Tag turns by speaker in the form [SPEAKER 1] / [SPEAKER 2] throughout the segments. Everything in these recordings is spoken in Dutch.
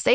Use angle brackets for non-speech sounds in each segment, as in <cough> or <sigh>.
[SPEAKER 1] Say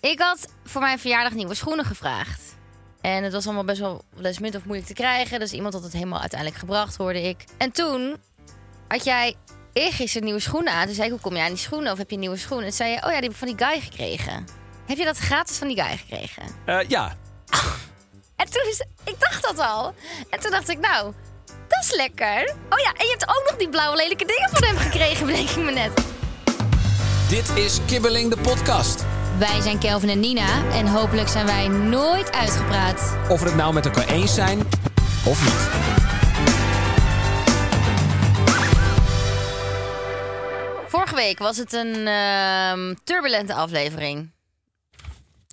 [SPEAKER 2] Ik had voor mijn verjaardag nieuwe schoenen gevraagd. En het was allemaal best wel lesmint of moeilijk te krijgen. Dus iemand had het helemaal uiteindelijk gebracht, hoorde ik. En toen had jij eergisteren nieuwe schoenen aan. Toen zei ik, hoe kom je aan die schoenen? Of heb je nieuwe schoenen? En toen zei je, oh ja, die heb ik van die guy gekregen. Heb je dat gratis van die guy gekregen?
[SPEAKER 3] Eh, ja,
[SPEAKER 2] En toen is... Ik dacht dat al. En toen dacht ik, nou, dat is lekker. Oh ja, en je hebt ook nog die blauwe lelijke dingen van hem gekregen, bedenk ik me net.
[SPEAKER 3] dit is Kibbeling de podcast.
[SPEAKER 2] Wij zijn Kelvin en Nina. En hopelijk zijn wij nooit uitgepraat.
[SPEAKER 3] Of we het nou met elkaar eens zijn of niet.
[SPEAKER 2] Vorige week was het een ehm, turbulente aflevering.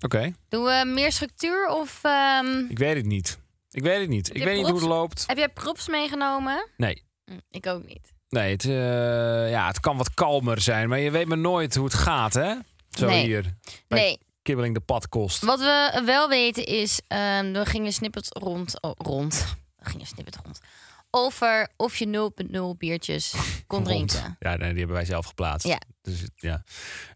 [SPEAKER 3] Oké,
[SPEAKER 2] Doen we meer structuur of ehm,
[SPEAKER 3] ik weet het niet. Ik weet het niet. Ik
[SPEAKER 2] je
[SPEAKER 3] weet niet hoe het
[SPEAKER 2] props?
[SPEAKER 3] loopt.
[SPEAKER 2] heb jij props meegenomen?
[SPEAKER 3] Nee,
[SPEAKER 2] Hm, Ik ook niet.
[SPEAKER 3] nee het, eh, ja, het kan wat kalmer zijn, maar je weet maar nooit hoe het gaat, hè? Zo
[SPEAKER 2] Nee.
[SPEAKER 3] hier. Bij
[SPEAKER 2] Nee.
[SPEAKER 3] Kibbeling de podcast.
[SPEAKER 2] Wat we wel weten is, ehm, we gingen snippet rond, oh, rond, we gingen snippet rond, over of je 0.0 biertjes kon
[SPEAKER 3] Rond.
[SPEAKER 2] drinken.
[SPEAKER 3] Ja, nee, die hebben wij zelf geplaatst.
[SPEAKER 2] Ja.
[SPEAKER 3] Dus, het- ja.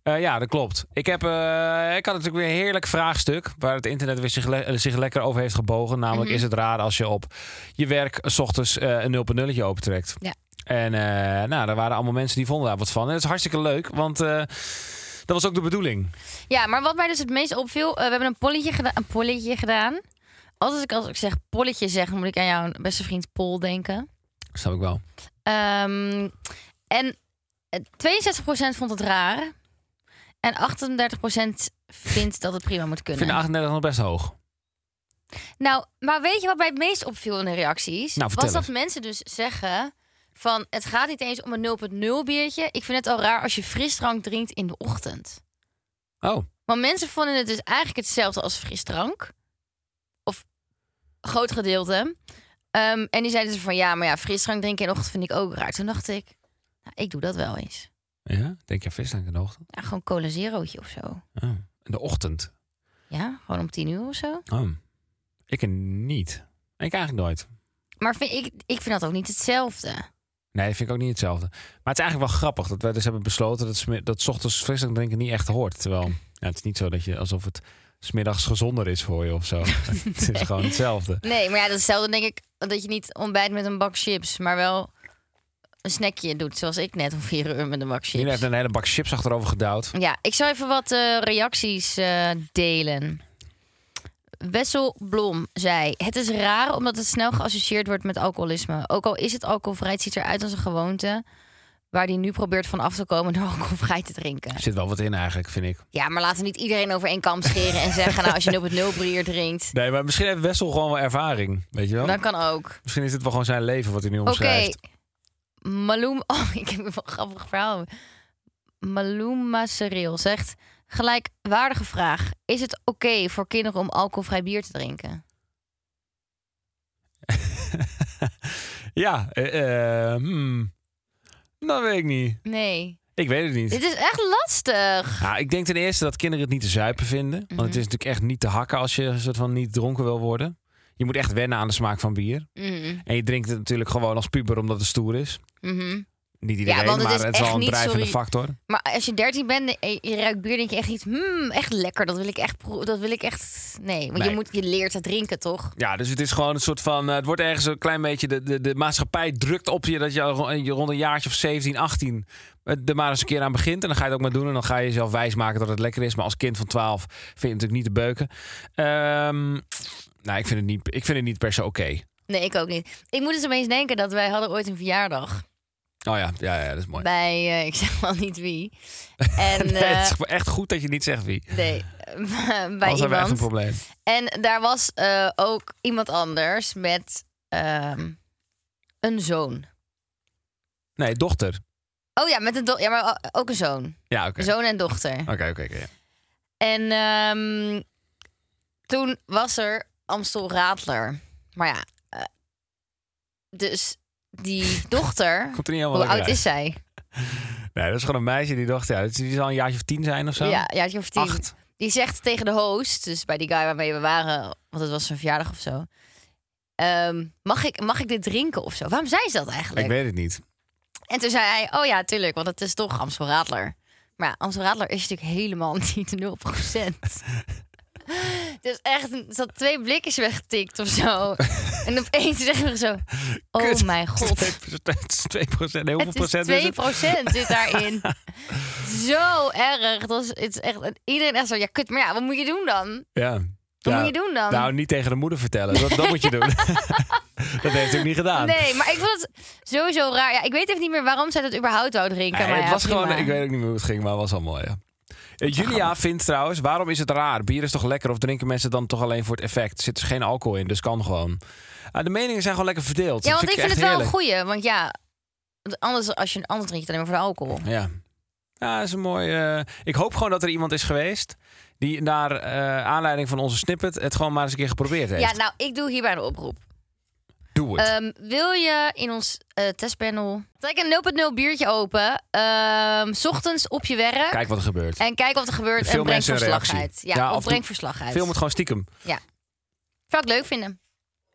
[SPEAKER 3] Eh, ja, dat klopt. Ik, heb, eh, ik had natuurlijk weer een heerlijk vraagstuk... waar het internet weer zich, le- eh, zich lekker over heeft gebogen. Namelijk,
[SPEAKER 2] Mhm.
[SPEAKER 3] is het raar als je op je werk s ochtends eh, een 0.0'tje opentrekt?
[SPEAKER 2] Ja.
[SPEAKER 3] En eh, nou, daar waren allemaal mensen die vonden daar wat van. En dat is hartstikke leuk, want... eh, dat was ook de bedoeling.
[SPEAKER 2] Ja, maar wat mij dus het meest opviel, eh, we hebben een polletje, geda- een polletje gedaan. Altijd als ik, als ik zeg polletje zeg, dan moet ik aan jouw beste vriend Paul denken.
[SPEAKER 3] Snap ik wel.
[SPEAKER 2] Ehm, en eh, 62% vond het raar. En 38% vindt dat het prima moet
[SPEAKER 3] Ik
[SPEAKER 2] kunnen.
[SPEAKER 3] vind de 38 nog best hoog.
[SPEAKER 2] Nou, maar weet je wat mij het meest opviel in de reacties?
[SPEAKER 3] Nou, vertel
[SPEAKER 2] Was dat
[SPEAKER 3] eens.
[SPEAKER 2] mensen dus zeggen van het gaat niet eens om een 0.0 biertje. Ik vind het al raar als je frisdrank drinkt in de ochtend.
[SPEAKER 3] Oh,
[SPEAKER 2] Maar mensen vonden het dus eigenlijk hetzelfde als frisdrank. Of groot gedeelte. Ehm, en die zeiden ze van ja, maar ja, frisdrank drinken in de ochtend vind ik ook raar. Toen dacht ik, nou, ik doe dat wel eens.
[SPEAKER 3] ja? Denk je aan visdank in de ochtend?
[SPEAKER 2] Ja, gewoon cola zerootje of zo.
[SPEAKER 3] Oh. In de ochtend?
[SPEAKER 2] Ja, gewoon om tien uur of zo.
[SPEAKER 3] Oh. Ik niet. Ik eigenlijk nooit.
[SPEAKER 2] Maar vind, ik, ik vind dat ook niet hetzelfde.
[SPEAKER 3] Nee, vind ik ook niet hetzelfde. Maar het is eigenlijk wel grappig dat wij dus hebben besloten dat, sme- dat 's ochtends frisdrank drinken niet echt hoort. Terwijl nou, het is niet zo dat je alsof het smiddags gezonder is voor je of zo. Het is gewoon hetzelfde.
[SPEAKER 2] Nee, maar ja, dat is hetzelfde denk ik dat je niet ontbijt met een bak chips, maar wel een snackje doet, zoals ik net om vier uur met een bak
[SPEAKER 3] Jullie
[SPEAKER 2] chips.
[SPEAKER 3] hebben een hele bak chips achterover gedouwd.
[SPEAKER 2] Ja, ik zou even wat eh, reacties eh, delen. Wessel Blom zei: Het is raar omdat het snel geassocieerd wordt met alcoholisme. Ook al is het alcoholvrij, het ziet eruit als een gewoonte waar die nu probeert van af te komen door <laughs> alcoholvrij te drinken.
[SPEAKER 3] Er zit wel wat in eigenlijk, vind ik.
[SPEAKER 2] Ja, maar laten we niet iedereen over één kam scheren en zeggen... nou, als je 0.0 bier drinkt,
[SPEAKER 3] Nee, maar misschien heeft Wessel gewoon wel ervaring. Weet je wel?
[SPEAKER 2] dan kan ook.
[SPEAKER 3] Misschien is het wel gewoon zijn leven wat hij nu
[SPEAKER 2] Oké,
[SPEAKER 3] omschrijft.
[SPEAKER 2] Maloum... <laughs> Oh, ik heb wel een grappig verhaal. Maloum Masereel zegt... Gelijkwaardige vraag. Is het oké voor kinderen om alcoholvrij bier te drinken?
[SPEAKER 3] Ja, eh, eh, hmm. dat weet ik niet.
[SPEAKER 2] Nee.
[SPEAKER 3] Ik weet het niet.
[SPEAKER 2] Dit is echt lastig.
[SPEAKER 3] Nou, ik denk ten eerste dat kinderen het niet te zuipen vinden. Want
[SPEAKER 2] Mhm.
[SPEAKER 3] het is natuurlijk echt niet te hakken als je een soort van niet dronken wil worden. Je moet echt wennen aan de smaak van bier.
[SPEAKER 2] Mm,
[SPEAKER 3] En je drinkt het natuurlijk gewoon als puber omdat het stoer is.
[SPEAKER 2] mhm.
[SPEAKER 3] Niet iedereen,
[SPEAKER 2] want het
[SPEAKER 3] maar
[SPEAKER 2] is
[SPEAKER 3] het is
[SPEAKER 2] echt
[SPEAKER 3] wel een
[SPEAKER 2] niet,
[SPEAKER 3] drijvende
[SPEAKER 2] sorry.
[SPEAKER 3] factor.
[SPEAKER 2] Maar als je 13 bent en je ruikt bier, denk je echt iets... Hmm, echt lekker. Dat wil ik echt... proe- Dat wil ik echt... echt. Nee, want
[SPEAKER 3] Nee.
[SPEAKER 2] Je, moet, je leert het drinken, toch?
[SPEAKER 3] Ja, dus het is gewoon een soort van. eh, Het wordt ergens een klein beetje. De, de, de maatschappij drukt op je dat je al ro- je rond een jaartje of 17, 18. het er maar eens een keer aan begint. En dan ga je het ook maar doen. En dan ga je jezelf wijsmaken dat het lekker is. Maar als kind van 12 vind je het natuurlijk niet te beuken. Ehm, nou, ik vind, het niet, ik vind het niet per se oké.
[SPEAKER 2] Nee, ik ook niet. Ik moet eens opeens denken dat wij hadden ooit een verjaardag.
[SPEAKER 3] Oh ja, ja, ja, dat is mooi.
[SPEAKER 2] Bij, eh, ik zeg wel niet
[SPEAKER 3] <laughs>
[SPEAKER 2] wie. En,
[SPEAKER 3] Nee, het
[SPEAKER 2] eh,
[SPEAKER 3] is echt goed dat je niet zegt wie.
[SPEAKER 2] nee, <laughs> bij
[SPEAKER 3] Anders hebben we echt een
[SPEAKER 2] iemand.
[SPEAKER 3] probleem.
[SPEAKER 2] En daar was eh, ook iemand anders met ehm, een zoon.
[SPEAKER 3] Nee, dochter.
[SPEAKER 2] Oh ja, met een do- ja, maar o- ook een zoon.
[SPEAKER 3] Ja, oké.
[SPEAKER 2] Zoon en dochter.
[SPEAKER 3] Oké, oké, oké. ja.
[SPEAKER 2] En ehm, toen was er Amstel Radler. Maar ja, eh, dus die
[SPEAKER 3] <laughs>
[SPEAKER 2] dochter,
[SPEAKER 3] Komt er niet
[SPEAKER 2] hoe
[SPEAKER 3] helemaal
[SPEAKER 2] oud
[SPEAKER 3] lekker
[SPEAKER 2] is zij?
[SPEAKER 3] uit. Nee, dat is gewoon een meisje die dacht, ja, die zal een jaartje of tien zijn of zo.
[SPEAKER 2] Ja, ja, je of tien.
[SPEAKER 3] Acht.
[SPEAKER 2] Die zegt tegen de host, dus bij die guy waarmee we waren, want het was zijn verjaardag of zo. ehm, mag, ik, mag ik dit drinken of zo? Waarom zei ze dat eigenlijk?
[SPEAKER 3] Ik weet het niet.
[SPEAKER 2] En toen zei hij, oh ja, tuurlijk, want het is toch Amstel Radler. Maar ja, Amstel Radler is natuurlijk helemaal <laughs> niet 0%. <laughs> dus echt, er zat twee blikjes weggetikt of
[SPEAKER 3] <laughs>
[SPEAKER 2] zo. en opeens zeggen we zo, oh
[SPEAKER 3] Kut. <laughs>
[SPEAKER 2] mijn god. Het
[SPEAKER 3] 2 procent. Nee, hoeveel
[SPEAKER 2] is 2%
[SPEAKER 3] procent is het?
[SPEAKER 2] zit
[SPEAKER 3] <laughs>
[SPEAKER 2] daarin. zo erg. Het was, het is echt, en iedereen echt zo, ja kut, maar ja, wat moet je doen dan?
[SPEAKER 3] Ja.
[SPEAKER 2] Wat
[SPEAKER 3] Ja.
[SPEAKER 2] moet je doen dan?
[SPEAKER 3] Nou, niet tegen de moeder vertellen. Dat, dat moet
[SPEAKER 2] <laughs>
[SPEAKER 3] je doen. <laughs> dat heeft hij ook niet gedaan.
[SPEAKER 2] nee, maar ik vond het sowieso raar. Ja, ik weet even niet meer waarom zij dat überhaupt wou drinken.
[SPEAKER 3] Nee,
[SPEAKER 2] maar
[SPEAKER 3] het
[SPEAKER 2] ja,
[SPEAKER 3] was
[SPEAKER 2] prima.
[SPEAKER 3] gewoon, ik weet ook niet meer hoe het ging, maar het was al mooi. Ja. Eh, Julia vindt trouwens, waarom is het raar? Bier is toch lekker of drinken mensen dan toch alleen voor het effect? Zit er geen alcohol in, dus kan gewoon. Ah, de meningen zijn gewoon lekker verdeeld.
[SPEAKER 2] Ja,
[SPEAKER 3] Dat
[SPEAKER 2] want ik vind
[SPEAKER 3] echt
[SPEAKER 2] het wel een
[SPEAKER 3] heerlijk.
[SPEAKER 2] goeie. Want ja, anders, als je, anders drink je het alleen maar voor de alcohol.
[SPEAKER 3] Ja. Ja, dat is een mooi. eh, ik hoop gewoon dat er iemand is geweest die naar eh, aanleiding van onze snippet het gewoon maar eens een keer geprobeerd heeft.
[SPEAKER 2] Ja, nou, ik doe hierbij een oproep.
[SPEAKER 3] Doe het.
[SPEAKER 2] Ehm, wil je in ons eh, testpanel... Trek een 0.0 biertje open. ehm, 's ochtends op je werk.
[SPEAKER 3] Kijk wat er gebeurt.
[SPEAKER 2] En kijk wat er gebeurt
[SPEAKER 3] Veel
[SPEAKER 2] en breng
[SPEAKER 3] mensen een
[SPEAKER 2] verslag
[SPEAKER 3] reactie.
[SPEAKER 2] uit. Ja,
[SPEAKER 3] Ja,
[SPEAKER 2] of
[SPEAKER 3] af en
[SPEAKER 2] breng
[SPEAKER 3] toe
[SPEAKER 2] verslag uit.
[SPEAKER 3] Film het gewoon stiekem.
[SPEAKER 2] Zou ik leuk vinden.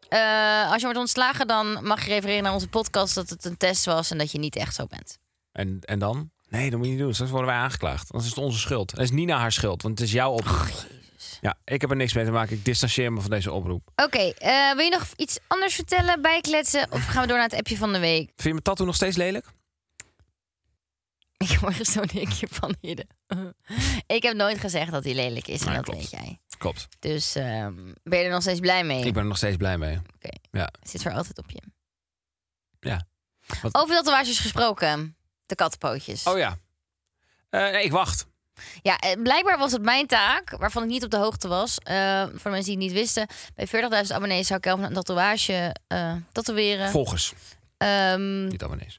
[SPEAKER 2] Eh, als je wordt ontslagen, dan mag je refereren naar onze podcast... dat het een test was en dat je niet echt zo bent.
[SPEAKER 3] En, en dan? Nee, dat moet je niet doen. Straks worden wij aangeklaagd. Dan is het onze schuld. Dat is Nina haar schuld, want het is jouw oproep.
[SPEAKER 2] Oh,
[SPEAKER 3] ja, ik heb er niks mee te maken. Ik distancieer me van deze oproep.
[SPEAKER 2] Oké, eh, wil je nog iets anders vertellen, bijkletsen... of gaan we door naar het appje van de week? <laughs>
[SPEAKER 3] Vind je mijn tattoo nog steeds lelijk?
[SPEAKER 2] Ik hoor er zo'n hikje van Hidde. <laughs> ik heb nooit gezegd dat hij lelijk is. En
[SPEAKER 3] Nee,
[SPEAKER 2] dat
[SPEAKER 3] klopt.
[SPEAKER 2] weet jij.
[SPEAKER 3] Klopt.
[SPEAKER 2] Dus ehm, ben je er nog steeds blij mee?
[SPEAKER 3] Ik ben er nog steeds blij mee.
[SPEAKER 2] Zit er altijd op je.
[SPEAKER 3] Ja. Wat-
[SPEAKER 2] Over tatoeages gesproken. De kattenpootjes.
[SPEAKER 3] Oh ja. Eh, nee, ik wacht.
[SPEAKER 2] Ja, eh, blijkbaar was het mijn taak, waarvan ik niet op de hoogte was. eh, voor de mensen die het niet wisten. Bij 40.000 abonnees zou ik Kelvin een tatoeage eh tatoeëren.
[SPEAKER 3] Volgers.
[SPEAKER 2] Ehm,
[SPEAKER 3] Niet abonnees.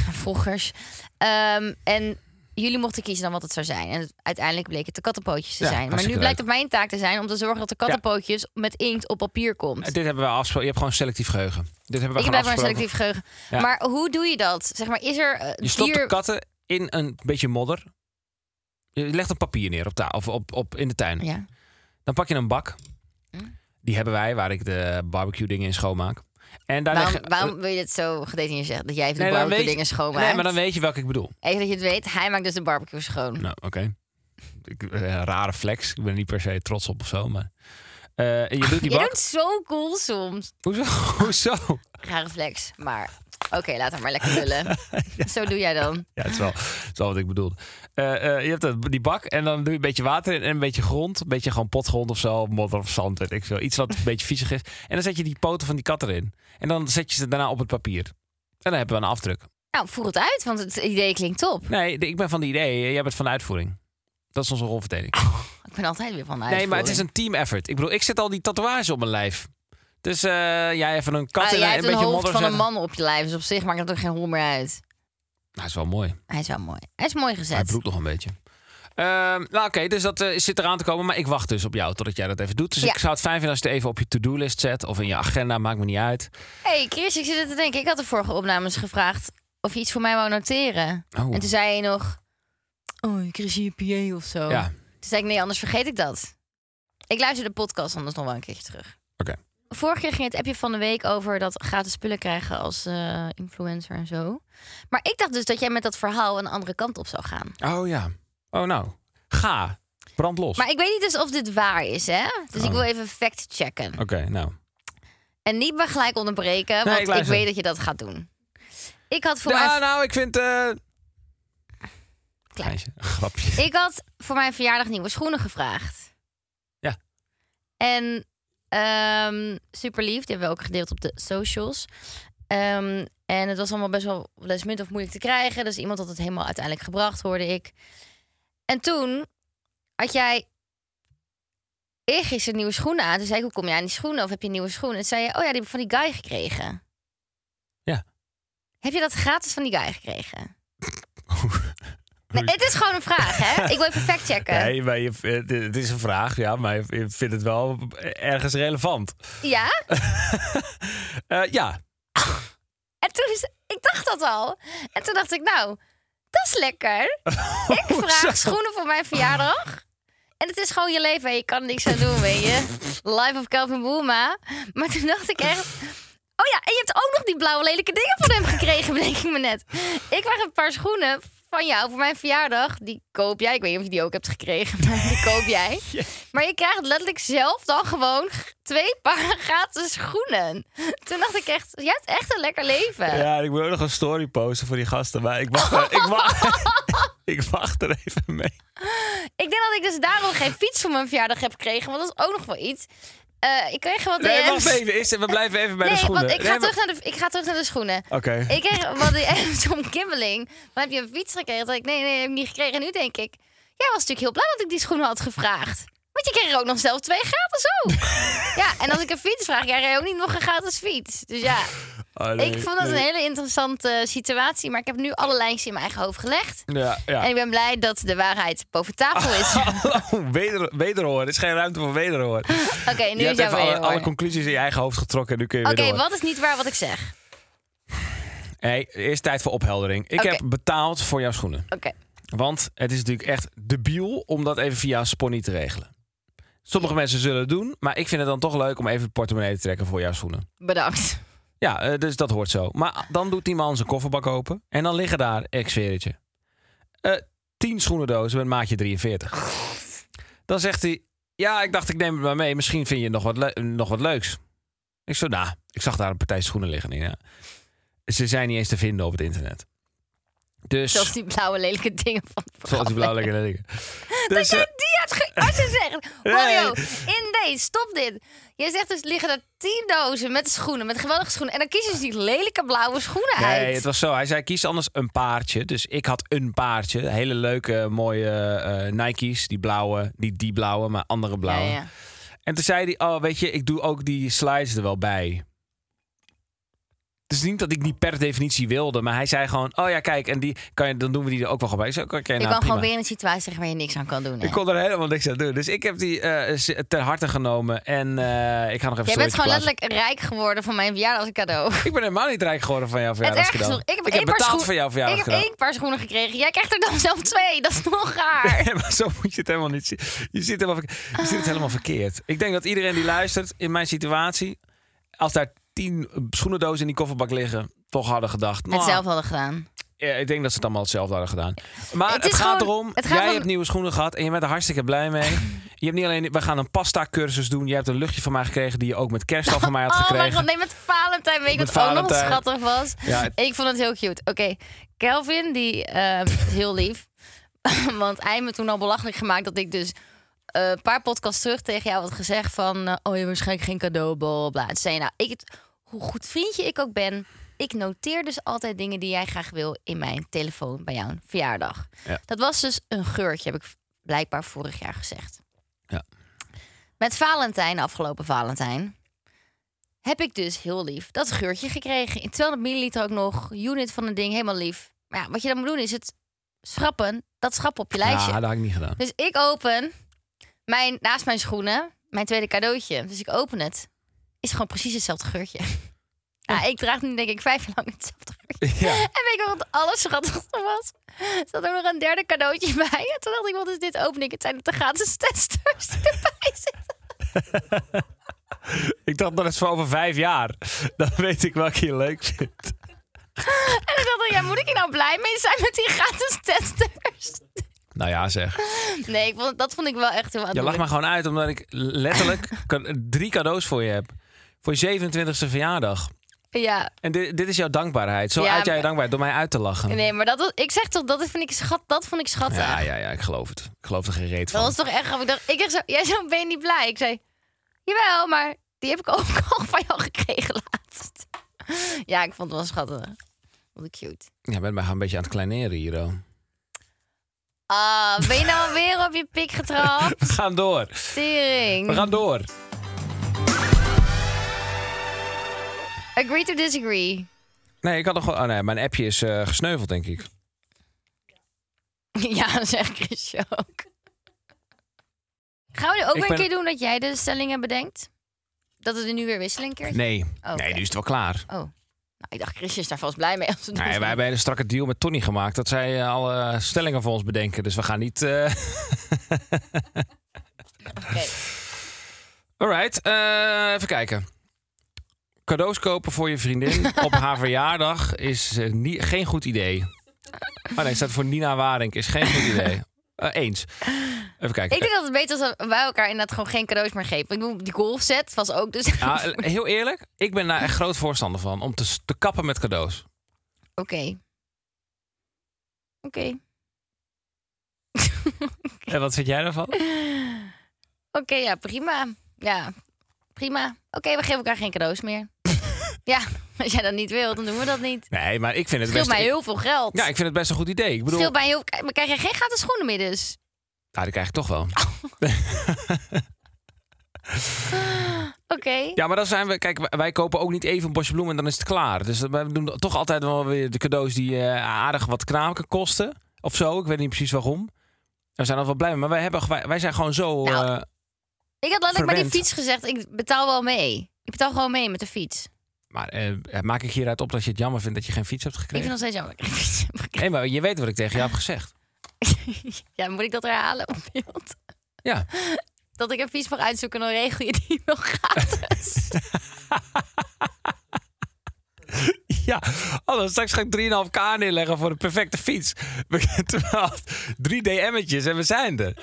[SPEAKER 2] <laughs> volgers. Ehm, en jullie mochten kiezen dan wat het zou zijn. En het- uiteindelijk bleek het de kattenpootjes te
[SPEAKER 3] Ja,
[SPEAKER 2] zijn. Maar nu
[SPEAKER 3] hartstikke
[SPEAKER 2] blijkt het mijn taak te zijn om te zorgen dat de kattenpootjes met inkt op papier komt.
[SPEAKER 3] Eh, dit hebben we afgesproken. Je hebt gewoon selectief geheugen. Dit hebben we
[SPEAKER 2] ik
[SPEAKER 3] gewoon
[SPEAKER 2] ben van een
[SPEAKER 3] afgesproken.
[SPEAKER 2] selectief geheugen.
[SPEAKER 3] Ja.
[SPEAKER 2] Maar hoe doe je dat? Zeg maar, is er eh,
[SPEAKER 3] Je stopt de
[SPEAKER 2] dier...
[SPEAKER 3] katten in een beetje modder. Je legt een papier neer op ta- of op, op, in de tuin.
[SPEAKER 2] Ja.
[SPEAKER 3] Dan pak je een bak.
[SPEAKER 2] Hm?
[SPEAKER 3] Die hebben wij, waar ik de barbecue dingen in schoonmaak. En daar
[SPEAKER 2] Waarom,
[SPEAKER 3] leggen-
[SPEAKER 2] waarom wil je dit zo gedetailleerd zeggen? Dat jij even
[SPEAKER 3] Nee,
[SPEAKER 2] de
[SPEAKER 3] dan
[SPEAKER 2] barbecue
[SPEAKER 3] weet-
[SPEAKER 2] dingen schoonmaakt?
[SPEAKER 3] Nee, maar dan weet je welke ik bedoel.
[SPEAKER 2] Even dat je het weet, hij maakt dus de barbecue schoon.
[SPEAKER 3] Nou, oké. Ik- eh, rare flex. Ik ben er niet per se trots op of zo, maar... Eh, je doet
[SPEAKER 2] <laughs>
[SPEAKER 3] die
[SPEAKER 2] je
[SPEAKER 3] bak...
[SPEAKER 2] doet zo cool soms.
[SPEAKER 3] Hoezo? <laughs> Hoezo?
[SPEAKER 2] Rare flex, maar... Oké, laat hem maar lekker lullen.
[SPEAKER 3] <laughs>
[SPEAKER 2] Zo doe jij dan.
[SPEAKER 3] Ja, het is wel, het is wel wat ik bedoelde. Eh, eh, je hebt dat- die bak en dan doe je een beetje water in en een beetje grond. Een beetje gewoon potgrond of zo, modder of zand, weet ik veel. Iets wat een beetje viezig is. En dan zet je die poten van die kat erin. En dan zet je ze daarna op het papier. En dan hebben we een afdruk.
[SPEAKER 2] Nou, voer het uit, want het idee klinkt top.
[SPEAKER 3] Nee, de- ik ben van de idee. eh, Jij bent van de uitvoering. Dat is onze rolverdeling.
[SPEAKER 2] Ik ben altijd weer van de
[SPEAKER 3] Nee, maar het
[SPEAKER 2] uitvoering.
[SPEAKER 3] is een team effort. Ik bedoel, ik zet al die tatoeage op mijn lijf. Dus eh, jij even een kat
[SPEAKER 2] Ah,
[SPEAKER 3] in
[SPEAKER 2] jij
[SPEAKER 3] een,
[SPEAKER 2] hebt
[SPEAKER 3] beetje
[SPEAKER 2] een hoofd
[SPEAKER 3] modder
[SPEAKER 2] van
[SPEAKER 3] zetten.
[SPEAKER 2] een man op je lijf, dus op zich maakt het ook geen hol meer uit.
[SPEAKER 3] Hij Nou, is wel mooi.
[SPEAKER 2] Hij is wel mooi. Hij is mooi
[SPEAKER 3] Hij
[SPEAKER 2] gezet.
[SPEAKER 3] broekt nog een beetje. Ehm, nou oké, dus dat eh, zit eraan te komen. Maar ik wacht dus op jou totdat jij dat even doet. Dus
[SPEAKER 2] Ja.
[SPEAKER 3] ik zou het fijn vinden als je het even op je to-do-list zet. Of in je agenda, maakt me niet uit.
[SPEAKER 2] hey Chris, ik zit er te denken. Ik had de vorige opnames gevraagd of je iets voor mij wou noteren.
[SPEAKER 3] Oh,
[SPEAKER 2] En toen zei je nog, oh Chris, hier PA of zo.
[SPEAKER 3] ja.
[SPEAKER 2] Toen zei ik, nee, anders vergeet ik dat. Ik luister de podcast anders nog wel een keertje terug.
[SPEAKER 3] Oké.
[SPEAKER 2] Vorige keer ging het appje van de week over dat gratis spullen krijgen als eh, influencer en zo. Maar ik dacht dus dat jij met dat verhaal een andere kant op zou gaan.
[SPEAKER 3] Oh ja. Oh nou. Ga. Brand los.
[SPEAKER 2] Maar ik weet niet dus of dit waar is, hè? Dus ik wil even fact-checken.
[SPEAKER 3] Oh. Oké, nou.
[SPEAKER 2] En niet maar gelijk onderbreken, want
[SPEAKER 3] ik
[SPEAKER 2] ik,
[SPEAKER 3] luister.
[SPEAKER 2] weet dat je dat gaat doen. Ik had voor,
[SPEAKER 3] Ja,
[SPEAKER 2] mijn,
[SPEAKER 3] nou, ik vind... eh, Kleintje, grapje.
[SPEAKER 2] ik had voor mijn verjaardag nieuwe schoenen gevraagd.
[SPEAKER 3] Ja.
[SPEAKER 2] En super lief, die hebben we ook gedeeld op de socials. Ehm, en het was allemaal best wel last minute of moeilijk te krijgen. Dus iemand had het helemaal uiteindelijk gebracht, hoorde ik. En toen had jij eergisteren nieuwe schoenen aan. Toen zei ik, hoe kom je aan die schoenen? Of heb je nieuwe schoenen? En toen zei je, oh ja, die heb ik van die guy gekregen.
[SPEAKER 3] Ja.
[SPEAKER 2] Heb je dat gratis van die guy gekregen? Nee, het is gewoon een vraag, hè? Ik wil even factchecken.
[SPEAKER 3] <laughs> Nee, maar je, het- het is een vraag, ja, maar je- je vindt het wel ergens relevant.
[SPEAKER 2] Ja?
[SPEAKER 3] Eh, ja,
[SPEAKER 2] En toen is... Ik dacht dat al. En toen dacht ik, nou, dat is lekker. Ik vraag schoenen voor mijn verjaardag. En het is gewoon je leven. hè. Je kan er niks aan doen, weet je. Life of Calvin Boema. Maar toen dacht ik echt... Oh ja, en je hebt ook nog die blauwe lelijke dingen van hem gekregen, bedenk ik me net. Ik krijg een paar schoenen van jou voor mijn verjaardag. Die koop jij. Ik weet niet of je die ook hebt gekregen, maar die koop jij. Maar je krijgt letterlijk zelf dan gewoon g- twee paar gratis schoenen. Toen dacht ik echt, jij hebt echt een lekker leven.
[SPEAKER 3] ja, ik wil ook nog een story posten voor die gasten, maar ik wacht, er- ik
[SPEAKER 2] <laughs>
[SPEAKER 3] wacht, <laughs> ik wacht er even mee.
[SPEAKER 2] Ik denk dat ik dus daarom geen fiets voor mijn verjaardag heb gekregen, want dat is ook nog wel iets. Eh, ik kreeg wat
[SPEAKER 3] Nee,
[SPEAKER 2] DM's.
[SPEAKER 3] wacht even, eerst- we blijven even bij
[SPEAKER 2] nee,
[SPEAKER 3] de schoenen.
[SPEAKER 2] want ik ga,
[SPEAKER 3] Nee, maar-
[SPEAKER 2] terug naar de, ik ga terug naar de schoenen.
[SPEAKER 3] Oké.
[SPEAKER 2] Ik kreeg wat DM's om kibbeling. Maar heb je een fiets gekregen? Toen dacht ik, nee, nee, heb ik niet gekregen. En nu denk ik, jij was natuurlijk heel blij dat ik die schoenen had gevraagd. Want je kreeg er ook nog zelf twee gratis
[SPEAKER 3] <laughs>
[SPEAKER 2] ook. ja, en als ik een fiets vraag, krijg jij ook niet nog een gratis fiets. Dus ja,
[SPEAKER 3] Oh, nee,
[SPEAKER 2] ik vond dat
[SPEAKER 3] nee.
[SPEAKER 2] een hele interessante situatie. Maar ik heb nu alle lijntjes in mijn eigen hoofd gelegd.
[SPEAKER 3] Ja, ja.
[SPEAKER 2] En ik ben blij dat de waarheid boven tafel is.
[SPEAKER 3] <laughs> Hallo, weder, wederhoor. Er is geen ruimte voor wederhoor.
[SPEAKER 2] Oké, nu
[SPEAKER 3] je
[SPEAKER 2] is
[SPEAKER 3] hebt
[SPEAKER 2] jouw
[SPEAKER 3] even alle,
[SPEAKER 2] weer.
[SPEAKER 3] alle
[SPEAKER 2] Oké,
[SPEAKER 3] conclusies in je eigen hoofd getrokken en nu kun je weer door.
[SPEAKER 2] wat is niet waar wat ik zeg?
[SPEAKER 3] Nee, eerst tijd voor opheldering. Ik
[SPEAKER 2] Oké.
[SPEAKER 3] heb betaald voor jouw schoenen.
[SPEAKER 2] Oké.
[SPEAKER 3] Want het is natuurlijk echt debiel om dat even via Sponny te regelen. Sommige mensen zullen het doen, maar ik vind het dan toch leuk om even de portemonnee te trekken voor jouw schoenen.
[SPEAKER 2] Bedankt.
[SPEAKER 3] Ja, eh, dus dat hoort zo. Maar dan doet die man zijn kofferbak open en dan liggen daar, ik zweer het je, eh, tien schoenendozen met maatje 43. Dan zegt hij, ja, ik dacht ik neem het maar mee, misschien vind je nog wat, le- nog wat leuks. Ik zo, nou, ik zag daar een partij schoenen liggen. Ja. Ze zijn niet eens te vinden op het internet. Dus,
[SPEAKER 2] Zoals die blauwe lelijke dingen van het
[SPEAKER 3] <laughs> zoals die blauwe lekker dingen. Dus, eh,
[SPEAKER 2] Die had ge- Als je zegt, Mario, in deze, stop dit. Jij zegt dus, liggen er tien dozen met schoenen, met geweldige schoenen. En dan kies je dus die lelijke blauwe schoenen
[SPEAKER 3] Nee,
[SPEAKER 2] uit.
[SPEAKER 3] het was zo. Hij zei, kies anders een paardje. Dus ik had een paardje. Hele leuke, mooie eh, Nike's. Die blauwe, niet die blauwe, maar andere blauwe.
[SPEAKER 2] Ja, ja.
[SPEAKER 3] En toen zei hij, oh, weet je, ik doe ook die slides er wel bij. Dus niet dat ik die per definitie wilde, maar hij zei gewoon, oh ja, kijk, en die kan je, dan doen we die er ook wel gewoon bij. Ik zei, oké,
[SPEAKER 2] Je
[SPEAKER 3] nou,
[SPEAKER 2] kan
[SPEAKER 3] prima.
[SPEAKER 2] gewoon weer in een situatie zeggen waar je niks aan kan doen. hè?
[SPEAKER 3] Ik kon er helemaal niks aan doen. Dus ik heb die eh, ze- ter harte genomen. En eh, ik ga nog even
[SPEAKER 2] Jij bent gewoon
[SPEAKER 3] plaatsen.
[SPEAKER 2] letterlijk rijk geworden van mijn verjaardag als cadeau.
[SPEAKER 3] <laughs> Ik ben helemaal niet rijk geworden van jouw
[SPEAKER 2] Het ergste is
[SPEAKER 3] verjaardagscadeau.
[SPEAKER 2] nog, ik heb,
[SPEAKER 3] ik
[SPEAKER 2] één
[SPEAKER 3] heb
[SPEAKER 2] paar
[SPEAKER 3] betaald
[SPEAKER 2] schoen-
[SPEAKER 3] voor jouw
[SPEAKER 2] Ik heb
[SPEAKER 3] verjaardagscadeau.
[SPEAKER 2] één paar schoenen gekregen. Jij krijgt er dan zelf twee. Dat is nog <laughs>
[SPEAKER 3] <laughs>
[SPEAKER 2] raar.
[SPEAKER 3] Nee, maar zo moet je het helemaal niet zien. Je ziet, helemaal, verke- je ziet
[SPEAKER 2] Ah.
[SPEAKER 3] het helemaal verkeerd. Ik denk dat iedereen die luistert in mijn situatie, als daar tien schoenendozen in die kofferbak liggen, toch hadden gedacht. nou,
[SPEAKER 2] Hetzelfde hadden gedaan.
[SPEAKER 3] ja, ik denk dat ze het allemaal hetzelfde hadden gedaan. Maar
[SPEAKER 2] Het
[SPEAKER 3] het,
[SPEAKER 2] is
[SPEAKER 3] gaat
[SPEAKER 2] gewoon-
[SPEAKER 3] erom,
[SPEAKER 2] het gaat
[SPEAKER 3] jij
[SPEAKER 2] om-
[SPEAKER 3] hebt nieuwe schoenen gehad en je bent er hartstikke
[SPEAKER 2] <laughs>
[SPEAKER 3] blij mee. Je hebt niet alleen, we gaan een pasta cursus doen. Je hebt een luchtje van mij gekregen die je ook met kerst al van mij had
[SPEAKER 2] Oh mijn
[SPEAKER 3] gekregen.
[SPEAKER 2] god, nee, met Valentijn weet ik
[SPEAKER 3] Met
[SPEAKER 2] wat ook nog
[SPEAKER 3] Valentijn.
[SPEAKER 2] schattig was.
[SPEAKER 3] Ja, het-
[SPEAKER 2] Ik vond het heel cute. Oké, Kelvin, die eh, is <laughs> heel lief. Want hij heeft me toen al belachelijk gemaakt dat ik dus eh, een paar podcasts terug tegen jou had gezegd van... eh, oh, je hebt waarschijnlijk geen cadeau, bla bla, bla. Toen zei je, nou, ik, hoe goed vriendje ik ook ben... Ik noteer dus altijd dingen die jij graag wil in mijn telefoon bij jouw verjaardag.
[SPEAKER 3] Ja.
[SPEAKER 2] Dat was dus een geurtje, heb ik blijkbaar vorig jaar gezegd.
[SPEAKER 3] Ja.
[SPEAKER 2] Met Valentijn, afgelopen Valentijn, heb ik dus heel lief dat geurtje gekregen. In 200 milliliter ook nog, unit van een ding, helemaal lief. Maar ja, wat je dan moet doen is het schrappen, dat schrappen op je lijstje.
[SPEAKER 3] Ja, dat had ik niet
[SPEAKER 2] <laughs>
[SPEAKER 3] gedaan.
[SPEAKER 2] Dus ik open mijn, naast mijn schoenen mijn tweede cadeautje. Dus ik open het. Is gewoon precies hetzelfde
[SPEAKER 3] <laughs>
[SPEAKER 2] geurtje. Ja, ik draag nu denk ik vijf jaar lang hetzelfde geurtje.
[SPEAKER 3] Ja.
[SPEAKER 2] <laughs> En weet je wat het allerschattigste was? Er zat ook nog een derde cadeautje <laughs> bij. En toen dacht ik, wat is dit open? Ik, het zijn de gratis testers die erbij zitten.
[SPEAKER 3] Ik dacht dat het voor over vijf jaar. Dan weet ik welke je leuk vindt.
[SPEAKER 2] En ik dacht, ik, ja, moet ik hier nou blij mee zijn met die gratis testers?
[SPEAKER 3] Nou ja, zeg.
[SPEAKER 2] Nee, ik vond, dat vond ik wel echt heel
[SPEAKER 3] Je
[SPEAKER 2] aandoenlijk.
[SPEAKER 3] lacht maar gewoon uit omdat ik
[SPEAKER 2] <laughs>
[SPEAKER 3] letterlijk kan- drie cadeaus voor je heb. Voor je 27e verjaardag.
[SPEAKER 2] Ja,
[SPEAKER 3] En dit, dit is jouw dankbaarheid. Zo
[SPEAKER 2] Ja,
[SPEAKER 3] uit jij je
[SPEAKER 2] maar-
[SPEAKER 3] dankbaarheid door mij uit te lachen.
[SPEAKER 2] nee, maar dat was, ik zeg toch, dat vond ik, schat, dat vond ik schattig.
[SPEAKER 3] ja, ja, ja, ik geloof het. Ik geloof er geen reet
[SPEAKER 2] Dat
[SPEAKER 3] van.
[SPEAKER 2] was toch echt grappig. Ik dacht, ik echt zo, jij zo, ben je niet blij? Ik zei, jawel, maar die heb ik ook <laughs> al van jou gekregen laatst. Ja, ik vond het wel schattig. Wat een cute.
[SPEAKER 3] Ja, ben mij gaan een beetje aan het kleineren hier. oh.
[SPEAKER 2] Ah, ben je nou weer op je pik getrapt?
[SPEAKER 3] We gaan door. We
[SPEAKER 2] Tering.
[SPEAKER 3] gaan door.
[SPEAKER 2] Agree to disagree. <laughs>
[SPEAKER 3] Nee, ik had nog wel... Oh nee, mijn appje is eh, gesneuveld, denk ik.
[SPEAKER 2] Ja, zeg Chris ook. Gaan we nu ook
[SPEAKER 3] Ik
[SPEAKER 2] weer een
[SPEAKER 3] ben-
[SPEAKER 2] keer doen dat jij de stellingen bedenkt? Dat we er nu weer wisselen een keer?
[SPEAKER 3] Nee.
[SPEAKER 2] Oh,
[SPEAKER 3] Nee,
[SPEAKER 2] oké.
[SPEAKER 3] nu is het wel
[SPEAKER 2] <laughs>
[SPEAKER 3] klaar.
[SPEAKER 2] Oh, nou, ik dacht Chris is daar vast blij mee. Als we het
[SPEAKER 3] Nee,
[SPEAKER 2] doen.
[SPEAKER 3] wij hebben een hele strakke deal met Tony gemaakt. Dat zij eh, alle stellingen voor ons bedenken. Dus we gaan niet... eh,
[SPEAKER 2] Oké.
[SPEAKER 3] Alright, eh, even kijken. Cadeaus kopen voor je
[SPEAKER 2] <laughs>
[SPEAKER 3] vriendin op haar verjaardag is eh, nie- geen goed idee. Oh nee, staat voor Nina Waring, is geen goed idee. Eh, eens. Even kijken.
[SPEAKER 2] Ik denk dat het beter is als wij elkaar inderdaad gewoon geen cadeaus meer geven. Ik bedoel, die golfset was ook dus... <laughs>
[SPEAKER 3] Eh, ja, heel eerlijk, ik ben daar echt groot voorstander van. Om te, s- te kappen met cadeaus.
[SPEAKER 2] Oké. Oké.
[SPEAKER 3] En wat vind jij daarvan?
[SPEAKER 2] <laughs> Oké, ja, prima. Ja, prima. Oké, we geven elkaar geen cadeaus
[SPEAKER 3] <laughs>
[SPEAKER 2] meer. ja, als jij dat niet wilt, dan doen we dat niet.
[SPEAKER 3] Nee, maar ik vind het
[SPEAKER 2] Het scheelt
[SPEAKER 3] best...
[SPEAKER 2] mij
[SPEAKER 3] ik-
[SPEAKER 2] heel veel geld.
[SPEAKER 3] ja, ik vind het best een goed idee. Ik
[SPEAKER 2] Het
[SPEAKER 3] bedoel,
[SPEAKER 2] scheelt mij heel... Maar krijg je geen gratis schoenen meer dus?
[SPEAKER 3] nou, dat krijg ik toch wel.
[SPEAKER 2] Oké.
[SPEAKER 3] Ja, maar dan zijn we. Kijk, wij- wij kopen ook niet even een bosje bloemen en dan is het klaar. Dus we doen toch altijd wel weer de cadeaus die eh, aardig wat knaken kosten. Of zo. Ik weet niet precies waarom. We zijn al wel blij mee. Maar wij, hebben, wij, wij zijn gewoon zo.
[SPEAKER 2] Nou,
[SPEAKER 3] eh,
[SPEAKER 2] Ik had letterlijk bij die
[SPEAKER 3] Verwend.
[SPEAKER 2] fiets gezegd, ik betaal wel mee. Ik betaal gewoon mee met de fiets.
[SPEAKER 3] maar eh, maak ik hieruit op dat je het jammer vindt dat je geen fiets hebt
[SPEAKER 2] Ik vind
[SPEAKER 3] gekregen?
[SPEAKER 2] nog steeds jammer dat ik geen fiets heb gekregen. <laughs>
[SPEAKER 3] Nee, maar je weet wat ik tegen jou heb gezegd.
[SPEAKER 2] Ja, moet ik dat herhalen op beeld?
[SPEAKER 3] Ja.
[SPEAKER 2] Dat ik een fiets mag uitzoeken, dan regel je die wel
[SPEAKER 3] <laughs>
[SPEAKER 2] gratis.
[SPEAKER 3] Ja, anders straks ga ik 3,5k neerleggen voor de perfecte fiets. We- Terwijl drie DM'tjes en we zijn er.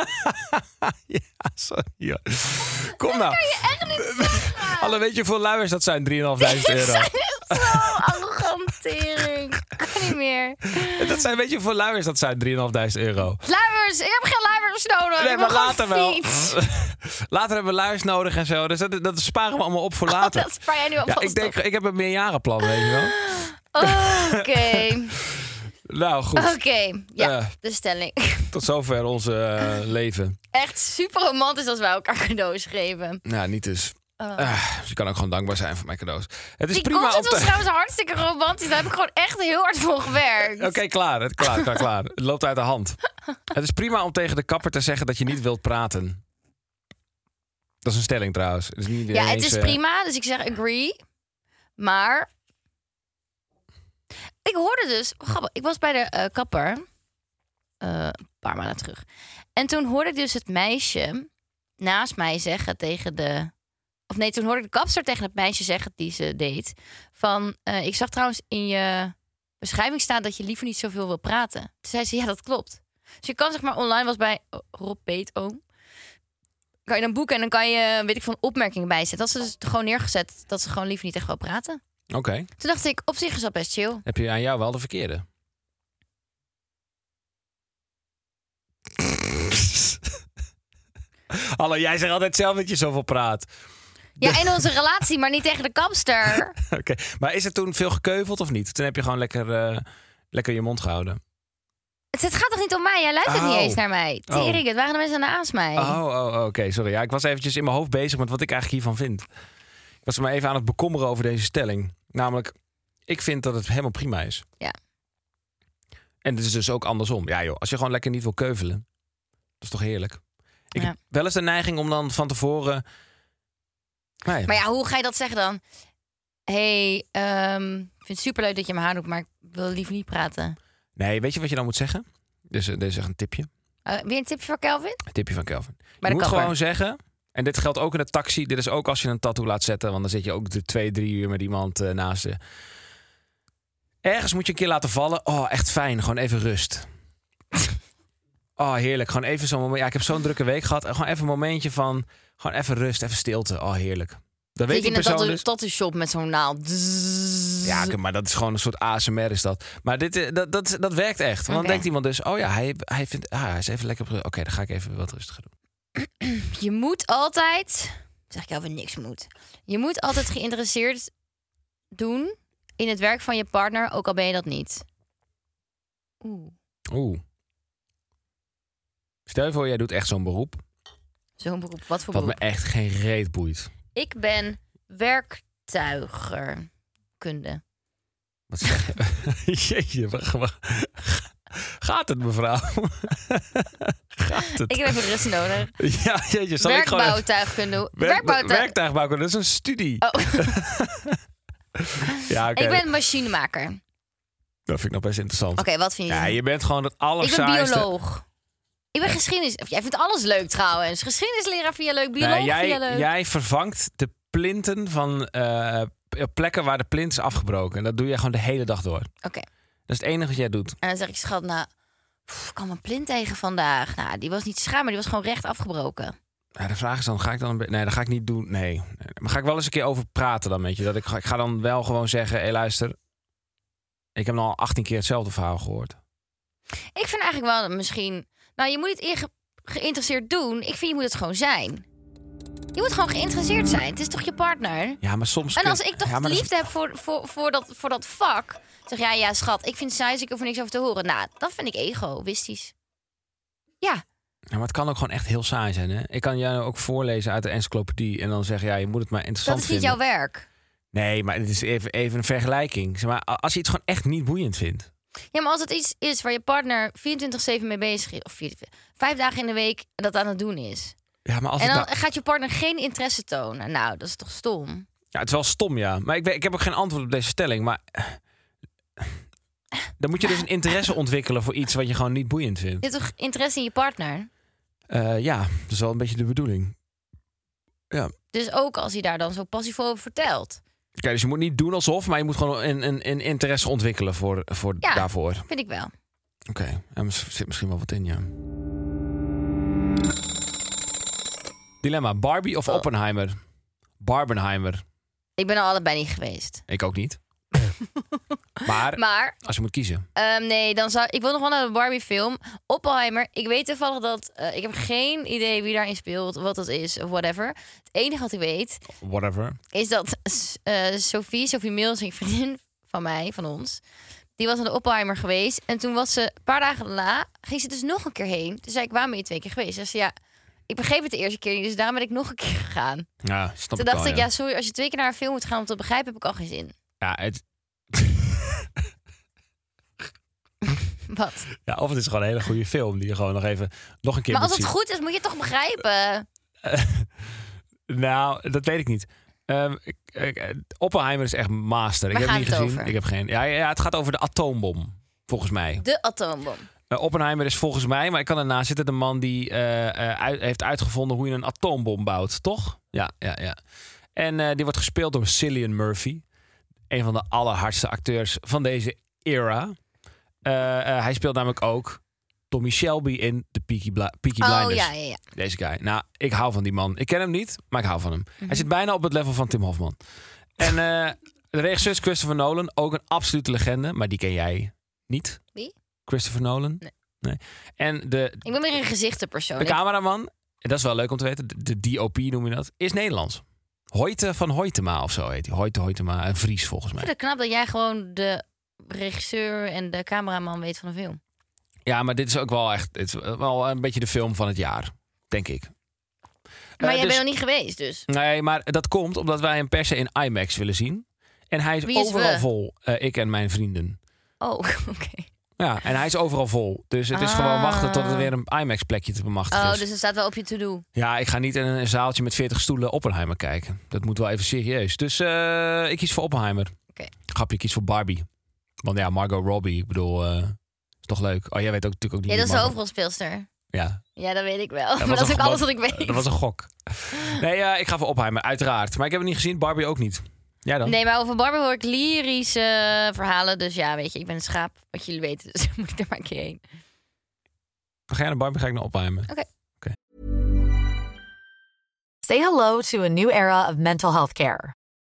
[SPEAKER 3] <laughs> ja, sorry. hoor. Kom nou.
[SPEAKER 2] Echt niet zeggen.
[SPEAKER 3] Alle weet je hoeveel luiers dat zijn?
[SPEAKER 2] <laughs>
[SPEAKER 3] 3.500 euro.
[SPEAKER 2] Zo arrogant, tering. Kan niet meer.
[SPEAKER 3] Dat zijn, weet je hoeveel luiers dat zijn? 3.500 euro.
[SPEAKER 2] Luiers, ik heb geen luiers nodig. ik wil
[SPEAKER 3] Nee, maar
[SPEAKER 2] Oh, gewoon
[SPEAKER 3] later wel.
[SPEAKER 2] fiets.
[SPEAKER 3] <laughs> Later hebben we luiers nodig en zo. Dus dat, dat sparen we allemaal op voor
[SPEAKER 2] Oh,
[SPEAKER 3] later.
[SPEAKER 2] dat spaar jij nu
[SPEAKER 3] Ja,
[SPEAKER 2] alvast
[SPEAKER 3] ik denk, ik heb een meerjarenplan, weet je wel.
[SPEAKER 2] Ah. op. Oké,
[SPEAKER 3] <laughs> Nou goed,
[SPEAKER 2] oké. Ja,
[SPEAKER 3] Eh.
[SPEAKER 2] de stelling.
[SPEAKER 3] tot zover onze eh, leven.
[SPEAKER 2] Echt super romantisch als wij elkaar cadeaus geven.
[SPEAKER 3] Nou, niet dus. Ah, dus je kan ook gewoon dankbaar zijn voor mijn cadeaus. Het is
[SPEAKER 2] Oh. Die
[SPEAKER 3] prima om
[SPEAKER 2] content was
[SPEAKER 3] te...
[SPEAKER 2] trouwens hartstikke romantisch. Daar heb ik gewoon echt heel hard voor gewerkt.
[SPEAKER 3] <laughs> Oké, klaar, het- klaar, klaar, klaar. Het loopt uit de hand. Het is prima om tegen de kapper te zeggen dat je niet wilt praten. Dat is een stelling trouwens. Het is niet
[SPEAKER 2] Ja, het
[SPEAKER 3] ineens,
[SPEAKER 2] is
[SPEAKER 3] eh,
[SPEAKER 2] prima, dus ik zeg agree. Maar ik hoorde dus, grappig, ik was bij de eh, kapper eh, een paar maanden terug. En toen hoorde ik dus het meisje naast mij zeggen tegen de... Of nee, toen hoorde ik de kapster tegen het meisje zeggen die ze deed. Van, eh, ik zag trouwens in je beschrijving staan dat je liever niet zoveel wil praten. Toen zei ze, ja, dat klopt. Dus je kan zeg maar online, was bij oh, Rob Peet oom kan je dan boeken en dan kan je, weet ik van, opmerkingen bijzetten. Dat ze dus gewoon neergezet dat ze gewoon liever niet echt wel praten.
[SPEAKER 3] Oké,
[SPEAKER 2] Toen dacht ik, op zich is dat best chill.
[SPEAKER 3] heb je aan jou wel de verkeerde? <laughs> Hallo, jij zegt altijd zelf dat je zoveel praat. <laughs>
[SPEAKER 2] Ja, in onze relatie, maar niet tegen de kapster.
[SPEAKER 3] Oké, maar is er toen veel gekeuveld of niet? Toen heb je gewoon lekker, eh, lekker je mond gehouden.
[SPEAKER 2] Het, het gaat toch niet om mij? Jij luistert niet
[SPEAKER 3] Oh.
[SPEAKER 2] eens naar mij.
[SPEAKER 3] Oh.
[SPEAKER 2] Tering, het waren de mensen naast mij.
[SPEAKER 3] Oh, oh, oh, oké, sorry. Ja, ik was eventjes in mijn hoofd bezig met wat ik eigenlijk hiervan vind. Ik was me even aan het bekommeren over deze stelling. Namelijk, ik vind dat het helemaal prima is.
[SPEAKER 2] Ja.
[SPEAKER 3] En het is dus ook andersom. Ja joh, als je gewoon lekker niet wil keuvelen. Dat is toch heerlijk? Ik
[SPEAKER 2] Ja.
[SPEAKER 3] heb wel eens de neiging om dan van tevoren... Nee.
[SPEAKER 2] Maar ja, hoe ga je dat zeggen dan? hey, ehm, ik vind het superleuk dat je mijn haar doet, maar ik wil liever niet praten.
[SPEAKER 3] nee, weet je wat je dan moet zeggen? Dus eh, dit is echt een tipje.
[SPEAKER 2] Eh, weer een tipje voor Kelvin?
[SPEAKER 3] Een tipje van Kelvin.
[SPEAKER 2] Bij
[SPEAKER 3] je
[SPEAKER 2] de
[SPEAKER 3] moet
[SPEAKER 2] kapper.
[SPEAKER 3] gewoon zeggen. En dit geldt ook in de taxi. Dit is ook als je een tattoo laat zetten. Want dan zit je ook de twee, drie uur met iemand eh, naast je.
[SPEAKER 2] <laughs>
[SPEAKER 3] Ergens moet je een keer laten vallen. Oh, echt fijn. Gewoon even rust. Oh, heerlijk. Gewoon even zo'n moment. Ja, ik heb zo'n drukke week gehad. Gewoon even een momentje van... Gewoon even rust, even stilte. Oh, heerlijk. Dat
[SPEAKER 2] Zit
[SPEAKER 3] weet
[SPEAKER 2] je
[SPEAKER 3] die
[SPEAKER 2] in een
[SPEAKER 3] persoon
[SPEAKER 2] tattoo-
[SPEAKER 3] dus.
[SPEAKER 2] tattoo shop met zo'n naald. Zzz.
[SPEAKER 3] Ja, oké, maar dat is gewoon een soort ASMR is dat. Maar dit, eh, dat, dat, dat werkt echt. Want dan
[SPEAKER 2] Oké.
[SPEAKER 3] denkt iemand dus... Oh ja, hij, hij, vindt, ah, hij is even lekker... op- Oké, dan ga ik even wat rustiger doen.
[SPEAKER 2] Je moet altijd... Zeg ik jou weer niks moet. Je moet altijd geïnteresseerd doen in het werk van je partner, ook al ben je dat niet. Oeh,
[SPEAKER 3] Oeh. Stel je voor, jij doet echt zo'n beroep.
[SPEAKER 2] zo'n beroep. Wat voor
[SPEAKER 3] Wat me
[SPEAKER 2] beroep?
[SPEAKER 3] echt geen reet boeit.
[SPEAKER 2] Ik ben werktuigerkunde.
[SPEAKER 3] Wat zeg je? <laughs> Jeetje, wacht, wacht. Gaat het, mevrouw? <laughs> Gaat het?
[SPEAKER 2] Ik heb even rust
[SPEAKER 3] <laughs>
[SPEAKER 2] nodig.
[SPEAKER 3] Ja, jeetje, zal ik gewoon... even-
[SPEAKER 2] Werkbouwtuigkunde.
[SPEAKER 3] Werk-
[SPEAKER 2] Werkbouwtuig...
[SPEAKER 3] werktuigbouwkunde, dat is een studie.
[SPEAKER 2] eh. Oh,
[SPEAKER 3] Ja, <laughs> oké.
[SPEAKER 2] ik ben machinemaker. Oké,
[SPEAKER 3] Dat vind ik nog best interessant.
[SPEAKER 2] wat vind je?
[SPEAKER 3] Ja,
[SPEAKER 2] dan?
[SPEAKER 3] je bent gewoon het
[SPEAKER 2] Ik ben
[SPEAKER 3] allerzaaiste...
[SPEAKER 2] bioloog. Ik ben geschiedenis. Jij vindt alles leuk trouwens. Geschiedenisleraar vind je leuk, bioloog
[SPEAKER 3] Nee,
[SPEAKER 2] vind je leuk.
[SPEAKER 3] Nou, jij, jij vervangt de plinten van eh, plekken waar de plint is afgebroken. En dat doe jij gewoon de hele dag door.
[SPEAKER 2] Oké,
[SPEAKER 3] Dat is het enige wat jij doet.
[SPEAKER 2] en dan zeg ik schat, nou, pff, ik kwam een plint tegen vandaag. Nou, die was niet schuin, maar die was gewoon recht afgebroken.
[SPEAKER 3] Ja, de vraag is dan, ga ik dan... Een be- nee, dat ga ik niet doen. Nee. Nee. Maar ga ik wel eens een keer over praten dan met je. Dat ik, ga- ik ga dan wel gewoon zeggen, hé luister... Ik heb nou al 18 keer hetzelfde verhaal gehoord.
[SPEAKER 2] Ik vind eigenlijk wel dat misschien. Nou, je moet het in ge- geïnteresseerd doen. Ik vind je moet het gewoon zijn. Je moet gewoon geïnteresseerd zijn. Het is toch je partner?
[SPEAKER 3] Ja, maar soms...
[SPEAKER 2] En
[SPEAKER 3] kun-
[SPEAKER 2] als ik toch
[SPEAKER 3] ja, maar dat is-
[SPEAKER 2] liefde heb voor, voor, voor, dat, voor dat vak, zeg jij, ja, schat, ik vind het saai, dus ik hoef er niks over te horen. Nou, dat vind ik egoïstisch. Ja,
[SPEAKER 3] Ja, maar het kan ook gewoon echt heel saai zijn. Hè? Ik kan jou ook voorlezen uit de encyclopedie en dan zeggen, ja, je moet het maar
[SPEAKER 2] dat
[SPEAKER 3] interessant
[SPEAKER 2] is niet
[SPEAKER 3] vinden.
[SPEAKER 2] jouw werk.
[SPEAKER 3] Nee, maar het is even, even een vergelijking. Zeg maar, a- als je iets gewoon echt niet boeiend vindt.
[SPEAKER 2] Ja, maar als het iets is waar je partner 24-7 mee bezig is, of vier- vijf dagen in de week dat aan het doen is.
[SPEAKER 3] Ja, maar als
[SPEAKER 2] En
[SPEAKER 3] het,
[SPEAKER 2] dan
[SPEAKER 3] nou-
[SPEAKER 2] gaat je partner geen interesse tonen. Nou, dat is toch stom?
[SPEAKER 3] ja, het is wel stom, ja. Maar ik, weet- ik heb ook geen antwoord op deze stelling. Maar dan moet je dus een interesse ontwikkelen voor iets wat je gewoon niet boeiend vindt.
[SPEAKER 2] Je hebt toch interesse in je partner?
[SPEAKER 3] Eh, ja, dat is wel een beetje de bedoeling.
[SPEAKER 2] Dus ook als hij daar dan zo passief over vertelt.
[SPEAKER 3] Kijk, dus je moet niet doen alsof, maar je moet gewoon een, een, een interesse ontwikkelen voor, voor
[SPEAKER 2] Ja.
[SPEAKER 3] daarvoor.
[SPEAKER 2] Vind ik wel.
[SPEAKER 3] Oké, er zit misschien wel wat in, ja. Dilemma, Barbie of
[SPEAKER 2] Oh.
[SPEAKER 3] Oppenheimer? Barbenheimer.
[SPEAKER 2] Ik ben er allebei niet geweest.
[SPEAKER 3] Ik ook
[SPEAKER 2] <laughs>
[SPEAKER 3] niet. maar
[SPEAKER 2] Maar
[SPEAKER 3] als je moet kiezen.
[SPEAKER 2] Ehm, nee, dan zou ik wil nog wel naar de Barbie film. Oppenheimer. Ik weet toevallig dat eh, ik heb geen idee wie daarin speelt, wat dat is of whatever. Het enige wat ik weet
[SPEAKER 3] Whatever.
[SPEAKER 2] is dat eh Sophie, Sophie Mills, een vriendin van mij, van ons, die was naar de Oppenheimer geweest en toen was ze een paar dagen daarna ging ze dus nog een keer heen. Toen zei ik waarom ben je twee keer geweest? Ze zei ja, ik begreep het de eerste keer niet, dus daarom ben ik nog een keer gegaan.
[SPEAKER 3] Oh, Ja, snap
[SPEAKER 2] Toen
[SPEAKER 3] ik
[SPEAKER 2] dacht
[SPEAKER 3] wel,
[SPEAKER 2] ik ja, sorry, als je twee keer naar een film moet gaan om te begrijpen, heb ik al geen zin. <laughs>
[SPEAKER 3] Ja, het,
[SPEAKER 2] Wat?
[SPEAKER 3] ja, of het is gewoon een hele goede film die je gewoon nog even nog een keer
[SPEAKER 2] Maar als
[SPEAKER 3] moet
[SPEAKER 2] het
[SPEAKER 3] zien.
[SPEAKER 2] goed is, moet je het toch begrijpen.
[SPEAKER 3] Nou, dat weet ik niet. Ehm, ik- ik- eh, Oppenheimer is echt master.
[SPEAKER 2] Waar
[SPEAKER 3] ik heb
[SPEAKER 2] gaat
[SPEAKER 3] niet
[SPEAKER 2] het
[SPEAKER 3] gezien.
[SPEAKER 2] over?
[SPEAKER 3] Ik heb geen. Ja, ja, het gaat over de atoombom, volgens mij.
[SPEAKER 2] De atoombom.
[SPEAKER 3] Eh, Oppenheimer is volgens mij, maar ik kan ernaast zitten, de man die eh, eh, uit- heeft uitgevonden hoe je een atoombom bouwt, toch? Ja, ja, ja. En eh, die wordt gespeeld door Cillian Murphy, een van de allerhardste acteurs van deze era. Eh, eh, hij speelt namelijk ook Tommy Shelby in de Peaky, Bla- Peaky Blinders.
[SPEAKER 2] Oh ja, ja, ja.
[SPEAKER 3] Deze guy. Nou, ik hou van die man. Ik ken hem niet, maar ik hou van hem.
[SPEAKER 2] Mhm.
[SPEAKER 3] Hij zit bijna op het level van Tim Hofman. En eh, de regisseur is Christopher Nolan. Ook een absolute legende, maar die ken jij niet.
[SPEAKER 2] Wie?
[SPEAKER 3] Christopher Nolan.
[SPEAKER 2] Nee.
[SPEAKER 3] En de,
[SPEAKER 2] Ik ben meer een gezichtenpersoon.
[SPEAKER 3] de cameraman, en dat is wel leuk om te weten, de, de DOP noem je dat, is Nederlands. Hoyte van Hoytema of zo heet hij. Hoyte Hoytema, een Fries volgens
[SPEAKER 2] Ik
[SPEAKER 3] mij.
[SPEAKER 2] vind het knap dat jij gewoon de regisseur en de cameraman weet van een film.
[SPEAKER 3] Ja, maar dit is ook wel echt, het is wel een beetje de film van het jaar, denk ik.
[SPEAKER 2] Maar
[SPEAKER 3] Eh,
[SPEAKER 2] jij
[SPEAKER 3] dus-
[SPEAKER 2] bent nog niet geweest, dus.
[SPEAKER 3] Nee, maar dat komt omdat wij hem per se in IMAX willen zien. En hij is,
[SPEAKER 2] Wie is
[SPEAKER 3] overal
[SPEAKER 2] we?
[SPEAKER 3] vol, eh, ik en mijn vrienden.
[SPEAKER 2] Oh, <laughs> oké.
[SPEAKER 3] Ja, en hij is overal vol. Dus het is
[SPEAKER 2] Ah.
[SPEAKER 3] gewoon wachten tot er weer een IMAX-plekje te bemachtigen
[SPEAKER 2] Oh,
[SPEAKER 3] is.
[SPEAKER 2] dus er staat wel op je to-do.
[SPEAKER 3] Ja, ik ga niet in een zaaltje met 40 stoelen Oppenheimer kijken. Dat moet wel even serieus. Dus eh, ik kies voor Oppenheimer.
[SPEAKER 2] Oké.
[SPEAKER 3] Grapje, ik kies voor Barbie. Want ja, Margot Robbie, ik bedoel, eh, is toch leuk. Oh, jij weet ook natuurlijk ook niet.
[SPEAKER 2] Ja, dat is
[SPEAKER 3] wie
[SPEAKER 2] de
[SPEAKER 3] Margot-
[SPEAKER 2] hoofdrolspeelster. <laughs>
[SPEAKER 3] Ja,
[SPEAKER 2] Ja, dat weet ik wel. <laughs>
[SPEAKER 3] was
[SPEAKER 2] maar dat
[SPEAKER 3] een
[SPEAKER 2] is ook alles
[SPEAKER 3] gok.
[SPEAKER 2] wat ik weet.
[SPEAKER 3] <laughs> dat was een gok. Nee, ja, ik ga voor Oppenheimer, uiteraard. Maar ik heb het niet gezien, Barbie ook niet. Jij dan?
[SPEAKER 2] Nee, maar over Barbie hoor ik lyrische <laughs> eh, verhalen. Dus ja, weet je, ik ben een schaap. Wat jullie weten, dus moet ik er maar een keer heen.
[SPEAKER 3] We gaan naar Barbie, ga ik naar opruimen.
[SPEAKER 1] Say hello to a new era of mental health care.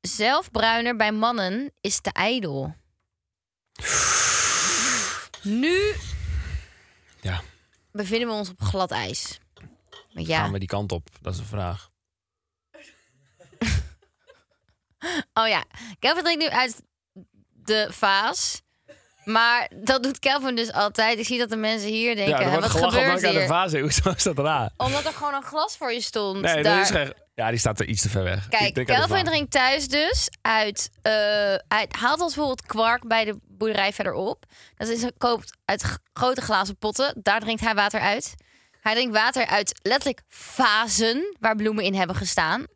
[SPEAKER 2] Zelfbruiner bij mannen is te
[SPEAKER 3] <sighs>
[SPEAKER 2] ijdel. Nu
[SPEAKER 3] Ja,
[SPEAKER 2] bevinden we ons op glad ijs. Want ja,
[SPEAKER 3] gaan we die kant op? Dat is de vraag.
[SPEAKER 2] oh ja. Kelvin drinkt nu uit de vaas. Maar dat doet Kelvin dus altijd. Ik zie dat de mensen hier denken,
[SPEAKER 3] er
[SPEAKER 2] "Hè,
[SPEAKER 3] wordt
[SPEAKER 2] wat
[SPEAKER 3] gelachen omdat
[SPEAKER 2] gebeurt
[SPEAKER 3] ik uit de
[SPEAKER 2] hier?
[SPEAKER 3] vaas zit. <laughs> Hoezo is dat raar?
[SPEAKER 2] Omdat er gewoon een glas voor je stond.
[SPEAKER 3] Nee, dat
[SPEAKER 2] daar.
[SPEAKER 3] is geen... Ja, die staat er iets te ver weg. Ik
[SPEAKER 2] Kijk,
[SPEAKER 3] drink uit de
[SPEAKER 2] Kelvin
[SPEAKER 3] vaas.
[SPEAKER 2] drinkt thuis dus uit, eh, uit... Haalt ons bijvoorbeeld kwark bij de boerderij verderop. Dat is, koopt uit g- grote glazen potten. Daar drinkt hij water uit. Hij drinkt water uit letterlijk vazen waar bloemen in hebben gestaan.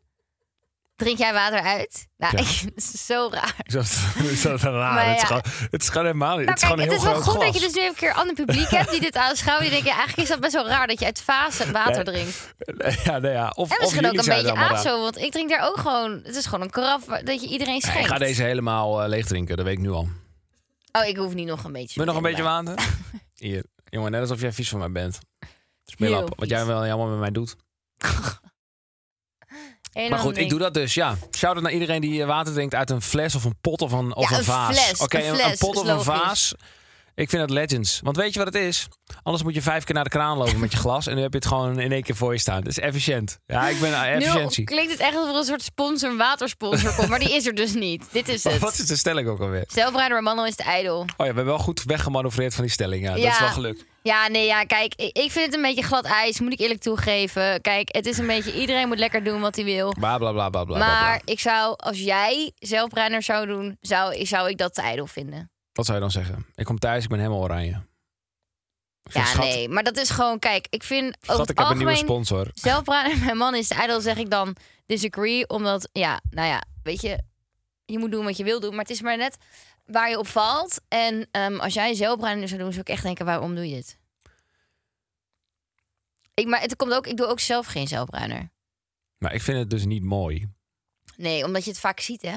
[SPEAKER 2] Drink jij water uit? Nou,
[SPEAKER 3] Ja.
[SPEAKER 2] ik- <laughs> dat is zo raar.
[SPEAKER 3] Ik zat- ik zat te raar.
[SPEAKER 2] Maar
[SPEAKER 3] Het, <laughs> is
[SPEAKER 2] ja.
[SPEAKER 3] gewoon, het is gewoon helemaal niet.
[SPEAKER 2] Maar
[SPEAKER 3] het is
[SPEAKER 2] Nou, kijk, het
[SPEAKER 3] gewoon een
[SPEAKER 2] is
[SPEAKER 3] heel
[SPEAKER 2] wel
[SPEAKER 3] groot
[SPEAKER 2] goed
[SPEAKER 3] glas.
[SPEAKER 2] dat je dus nu een keer ander publiek hebt die dit aanschouwen. Die denken, ja, eigenlijk is dat best wel raar dat je uit vazen water drinkt.
[SPEAKER 3] Ja, <laughs> nee, ja. Of,
[SPEAKER 2] En
[SPEAKER 3] of
[SPEAKER 2] misschien ook
[SPEAKER 3] jullie
[SPEAKER 2] een
[SPEAKER 3] zijn
[SPEAKER 2] beetje
[SPEAKER 3] allemaal raar.
[SPEAKER 2] azo, want ik drink daar ook gewoon... Het is gewoon een karaf waar- dat je iedereen
[SPEAKER 3] Ja, ik
[SPEAKER 2] schenkt.
[SPEAKER 3] ga deze helemaal eh, leeg drinken, dat weet ik nu al. Wil
[SPEAKER 2] Oh, ik hoef niet nog een beetje.
[SPEAKER 3] je nog een
[SPEAKER 2] erbij.
[SPEAKER 3] beetje water?
[SPEAKER 2] <laughs>
[SPEAKER 3] Hier. Jongen, net alsof jij vies van mij bent.
[SPEAKER 2] Heel
[SPEAKER 3] Smil op, wat
[SPEAKER 2] vies.
[SPEAKER 3] jij wel jammer met mij doet.
[SPEAKER 2] Helemaal
[SPEAKER 3] Maar goed,
[SPEAKER 2] niks.
[SPEAKER 3] ik doe dat dus, ja. Shout-out naar iedereen die eh, water drinkt uit een fles of een pot of een, of
[SPEAKER 2] Ja,
[SPEAKER 3] een
[SPEAKER 2] een
[SPEAKER 3] vaas.
[SPEAKER 2] fles,
[SPEAKER 3] Oké,
[SPEAKER 2] een
[SPEAKER 3] een,
[SPEAKER 2] fles
[SPEAKER 3] een pot
[SPEAKER 2] is
[SPEAKER 3] of een
[SPEAKER 2] logisch.
[SPEAKER 3] vaas. Ik vind dat legends. Want weet je wat het is? Anders moet je vijf keer naar de kraan lopen met je glas. En nu heb je het gewoon in één keer voor je staan. Dat is efficiënt. Ja, ik ben eh,
[SPEAKER 2] Nu
[SPEAKER 3] efficiëntie.
[SPEAKER 2] klinkt het echt alsof er een soort sponsor, een watersponsor komt, maar die is er dus niet. Dit is
[SPEAKER 3] <laughs> Maar wat
[SPEAKER 2] het.
[SPEAKER 3] is de stelling ook alweer?
[SPEAKER 2] Zelfrijder Manon is de ijdel.
[SPEAKER 3] Oh ja, we hebben wel goed weggemanoeuvreerd van die stelling. Ja, dat
[SPEAKER 2] Ja.
[SPEAKER 3] is wel gelukt.
[SPEAKER 2] Ja, nee, ja, kijk, ik, ik vind het een beetje glad ijs, moet ik eerlijk toegeven. Kijk, het is een beetje, iedereen moet lekker doen wat hij wil.
[SPEAKER 3] Bla, bla, bla, bla, bla, bla, bla.
[SPEAKER 2] Maar ik zou, als jij zelfbruiner zou doen, zou, ik- zou ik dat te ijdel vinden.
[SPEAKER 3] Wat zou je dan zeggen? Ik kom thuis, ik ben helemaal oranje. Ik zeg,
[SPEAKER 2] Ja,
[SPEAKER 3] schat,
[SPEAKER 2] nee, maar dat is gewoon, kijk, ik vind over
[SPEAKER 3] Schat,
[SPEAKER 2] het
[SPEAKER 3] ik heb een nieuwe
[SPEAKER 2] algemeen...
[SPEAKER 3] sponsor.
[SPEAKER 2] zelfpraten met mijn man is de ijdel, zeg ik dan disagree. Omdat, ja, nou ja, weet je, je moet doen wat je wil doen. Maar het is maar net waar je op valt. En ehm, als jij zelfpraten zou doen, zou ik echt denken, waarom doe je dit? Ik, maar het komt ook, ik doe ook zelf geen zelfbruiner.
[SPEAKER 3] Maar ik vind het dus niet mooi.
[SPEAKER 2] Nee, omdat je het vaak ziet, hè?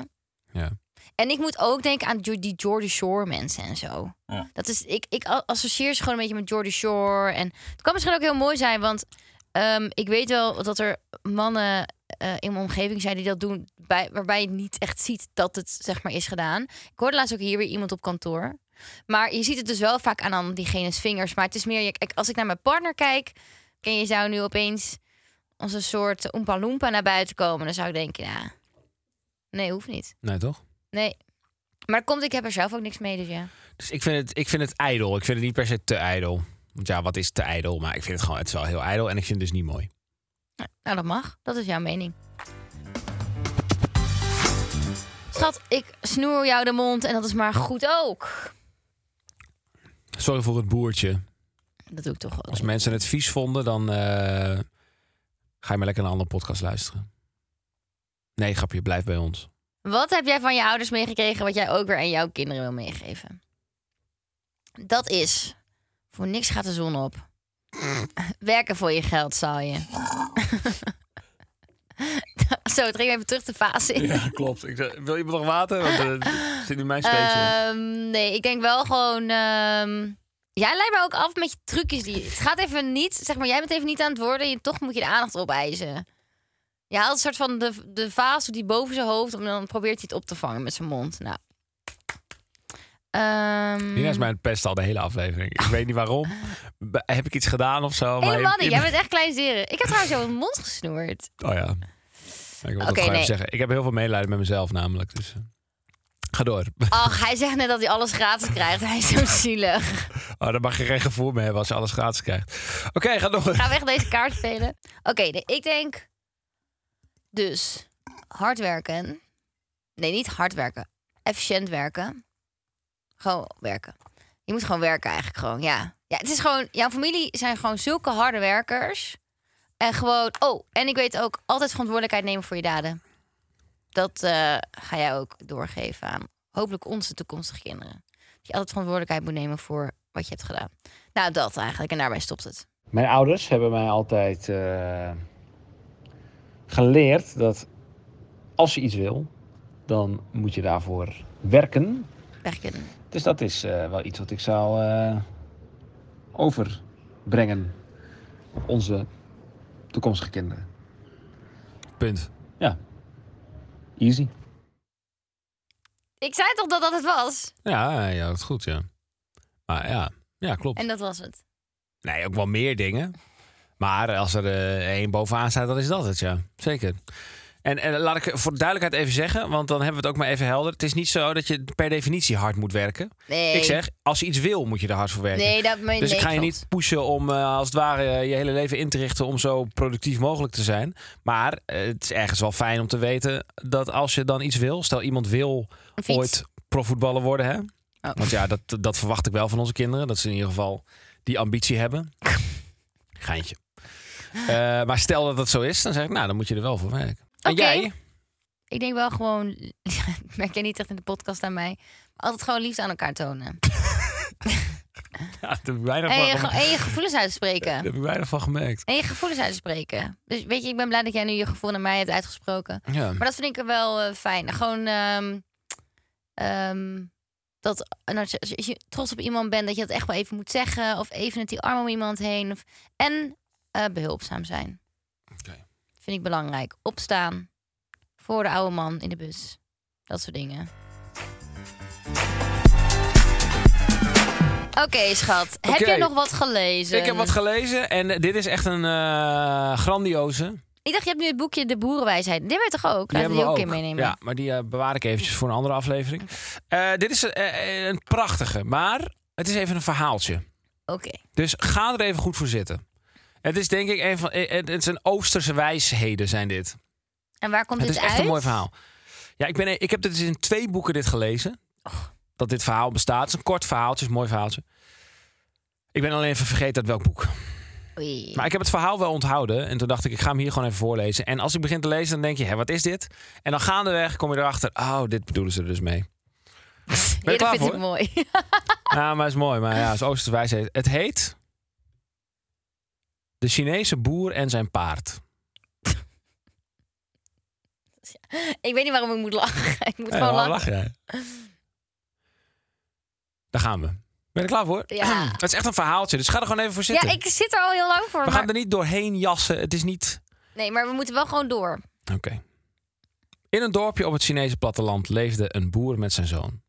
[SPEAKER 3] Ja.
[SPEAKER 2] En ik moet ook denken aan Jo- die Georgia Shore mensen en zo. Dat is, ik, ik a- associeer ze gewoon een beetje met Georgia Shore. En het kan misschien ook heel mooi zijn, want ehm, ik weet wel dat er mannen eh, in mijn omgeving zijn die dat doen, bij, waarbij je niet echt ziet dat het zeg maar is gedaan. Ik hoorde laatst ook hier weer iemand op kantoor. Maar je ziet het dus wel vaak aan dan diegene's vingers. Maar het is meer, je- kijk, als ik naar mijn partner kijk, en je zou nu opeens als een soort Oompa Loompa naar buiten komen, dan zou ik denken, ja, nee, hoeft niet.
[SPEAKER 3] Nee, toch?
[SPEAKER 2] Nee. Maar komt, ik heb er zelf ook niks mee, dus ja.
[SPEAKER 3] Dus ik vind, het, ik vind het ijdel. Ik vind het niet per se te ijdel. Want ja, wat is te ijdel? Maar ik vind het gewoon, het is wel heel ijdel. En ik vind het dus niet mooi.
[SPEAKER 2] Nou, dat mag. Dat is jouw mening. Schat, ik snoer jou de mond en dat is maar goed ook.
[SPEAKER 3] Sorry voor het boertje.
[SPEAKER 2] Dat doe ik toch ook.
[SPEAKER 3] Als mensen het vies vonden, dan eh, ga je maar lekker naar een andere podcast luisteren. Nee, grapje, blijf bij ons.
[SPEAKER 2] Wat heb jij van je ouders meegekregen wat jij ook weer aan jouw kinderen wil meegeven? Dat is, voor niks gaat de zon op. Werken voor je geld, zal je. <laughs> Zo, het ging even terug de fase in.
[SPEAKER 3] <laughs> Ja, klopt. eh, wil je nog water? Want eh, zit nu mijn
[SPEAKER 2] Ehm, nee, ik denk wel gewoon. ehm, jij leidt me ook af met je trucjes die. Het gaat even niet. Zeg maar, jij bent even niet aan het worden. Je, toch moet je de aandacht opeisen. Je haalt een soort van de, de vaas doet die boven zijn hoofd. En dan probeert hij het op te vangen met zijn mond. Nou. Ehm, Ehm,
[SPEAKER 3] Nina is mijn pest al de hele aflevering. Ik weet niet waarom. Be- Heb ik iets gedaan of zo? Maar
[SPEAKER 2] Helemaal
[SPEAKER 3] je- je-
[SPEAKER 2] niet. Jij bent echt kleinzeren. Ik heb trouwens jouw mond gesnoerd.
[SPEAKER 3] Oh ja. Ik wil
[SPEAKER 2] Oké,
[SPEAKER 3] dat gewoon even
[SPEAKER 2] nee.
[SPEAKER 3] zeggen. Ik heb heel veel medelijden met mezelf namelijk. Dus eh, ga door.
[SPEAKER 2] Ach, hij zegt net dat hij alles gratis krijgt. Hij is zo zielig.
[SPEAKER 3] Oh, dan mag je geen gevoel meer hebben als je alles gratis krijgt. Oké, ga door.
[SPEAKER 2] Gaan we echt deze kaart spelen? Oké, nee, ik denk... Dus, hard werken. Nee, niet hard werken. Efficiënt werken. Gewoon werken. Je moet gewoon werken eigenlijk gewoon, ja. Ja, het is gewoon... Jouw familie zijn gewoon zulke harde werkers. En gewoon... Oh, en ik weet ook altijd verantwoordelijkheid nemen voor je daden. Dat eh, ga jij ook doorgeven aan hopelijk onze toekomstige kinderen. Dat je altijd verantwoordelijkheid moet nemen voor wat je hebt gedaan. Nou, dat eigenlijk. En daarbij stopt het.
[SPEAKER 4] Mijn ouders hebben mij altijd eh, geleerd dat als je iets wil, dan moet je daarvoor werken.
[SPEAKER 2] Werken.
[SPEAKER 4] Dus dat is eh, wel iets wat ik zou eh, overbrengen op onze toekomstige kinderen.
[SPEAKER 3] <laughs> Punt.
[SPEAKER 4] Ja, easy.
[SPEAKER 2] Ik zei toch dat dat het was?
[SPEAKER 3] Ja, ja, dat is goed, ja. Maar ja, ja klopt.
[SPEAKER 2] En dat was het.
[SPEAKER 3] Nee, ook wel meer dingen. Maar als er eh, één bovenaan staat, dan is dat het, ja. Zeker. En, en laat ik voor de duidelijkheid even zeggen, want dan hebben we het ook maar even helder. Het is niet zo dat je per definitie hard moet werken.
[SPEAKER 2] Nee.
[SPEAKER 3] Ik zeg, als je iets wil, moet je er hard voor werken.
[SPEAKER 2] Nee, dat meen
[SPEAKER 3] Dus
[SPEAKER 2] nee,
[SPEAKER 3] ik ga je
[SPEAKER 2] klopt.
[SPEAKER 3] niet pushen om eh, als het ware eh, je hele leven in te richten om zo productief mogelijk te zijn. Maar eh, het is ergens wel fijn om te weten dat als je dan iets wil, stel iemand wil
[SPEAKER 2] Een fiets.
[SPEAKER 3] ooit profvoetballer worden, hè?
[SPEAKER 2] Oh.
[SPEAKER 3] Want ja, dat, dat verwacht ik wel van onze kinderen. Dat ze in ieder geval die ambitie
[SPEAKER 2] <laughs>
[SPEAKER 3] hebben. Geintje. Eh, maar stel dat dat zo is, dan zeg ik, nou, dan moet je er wel voor werken. En
[SPEAKER 2] Oké.
[SPEAKER 3] jij?
[SPEAKER 2] Ik denk wel gewoon... <laughs> merk jij niet echt in de podcast aan mij. Altijd gewoon liefde aan elkaar
[SPEAKER 3] <laughs>
[SPEAKER 2] tonen.
[SPEAKER 3] Ja, daar heb ik weinig,
[SPEAKER 2] En je,
[SPEAKER 3] van,
[SPEAKER 2] ge- en je gevoelens
[SPEAKER 3] <laughs> daar
[SPEAKER 2] uitspreken.
[SPEAKER 3] heb ik weinig van gemerkt.
[SPEAKER 2] En je gevoelens uitspreken. Dus weet je, ik ben blij dat jij nu je gevoel naar mij hebt uitgesproken.
[SPEAKER 3] Ja.
[SPEAKER 2] Maar dat vind ik wel eh, fijn. Gewoon ehm, ehm, dat en als je, als je trots op iemand bent, dat je dat echt wel even moet zeggen. Of even met die arm om iemand heen. Of, en eh, behulpzaam zijn.
[SPEAKER 3] Oké.
[SPEAKER 2] Vind ik belangrijk. Opstaan voor de oude man in de bus. Dat soort dingen. Oké, schat. Heb
[SPEAKER 3] Oké.
[SPEAKER 2] je nog wat gelezen?
[SPEAKER 3] Ik heb wat gelezen en eh, dit is echt een eh, grandioze.
[SPEAKER 2] Ik dacht, je hebt nu het boekje De Boerenwijsheid. Dit werd toch ook? Laten we die
[SPEAKER 3] hebben
[SPEAKER 2] ook
[SPEAKER 3] we
[SPEAKER 2] in meenemen.
[SPEAKER 3] Ja, maar die eh, bewaar ik eventjes voor een andere aflevering. Eh, dit is eh, een prachtige, maar het is even een verhaaltje.
[SPEAKER 2] Oké.
[SPEAKER 3] Dus ga er even goed voor zitten. Het is denk ik een van. eh, Het het zijn Oosterse wijsheden, zijn dit.
[SPEAKER 2] En waar komt
[SPEAKER 3] Het
[SPEAKER 2] dit
[SPEAKER 3] is echt
[SPEAKER 2] uit?
[SPEAKER 3] een mooi verhaal. Ja, ik, ben, ik heb dit dus in twee boeken dit gelezen.
[SPEAKER 2] Oh.
[SPEAKER 3] Dat dit verhaal bestaat. Het is een kort verhaaltje, het is een mooi verhaaltje. Ik ben alleen even vergeten uit welk boek.
[SPEAKER 2] Oei. <laughs>
[SPEAKER 3] Maar ik heb het verhaal wel onthouden. En toen dacht ik, ik ga hem hier gewoon even voorlezen. En als ik begin te lezen, dan denk je, hé, wat is dit? En dan gaandeweg kom je erachter, oh, dit bedoelen ze er dus mee.
[SPEAKER 2] Ja, dat
[SPEAKER 3] klaar
[SPEAKER 2] vind
[SPEAKER 3] voor?
[SPEAKER 2] ik mooi. <laughs>
[SPEAKER 3] Ja, maar is mooi. Maar ja, is Oosterse wijsheid. Het heet... De Chinese boer en zijn paard.
[SPEAKER 2] ik weet niet waarom ik moet lachen. <laughs> Ik moet
[SPEAKER 3] Hey,
[SPEAKER 2] gewoon
[SPEAKER 3] waarom
[SPEAKER 2] lachen.
[SPEAKER 3] lach jij? Daar gaan we. Ben je er klaar voor?
[SPEAKER 2] Ja.
[SPEAKER 3] <clears throat> Het is echt een verhaaltje, dus ga er gewoon even voor zitten.
[SPEAKER 2] Ja, ik zit er al heel lang voor.
[SPEAKER 3] We
[SPEAKER 2] Maar...
[SPEAKER 3] gaan er niet doorheen jassen. Het is niet...
[SPEAKER 2] Nee, maar we moeten wel gewoon door.
[SPEAKER 3] Oké. In een dorpje op het Chinese platteland leefde een boer met zijn zoon.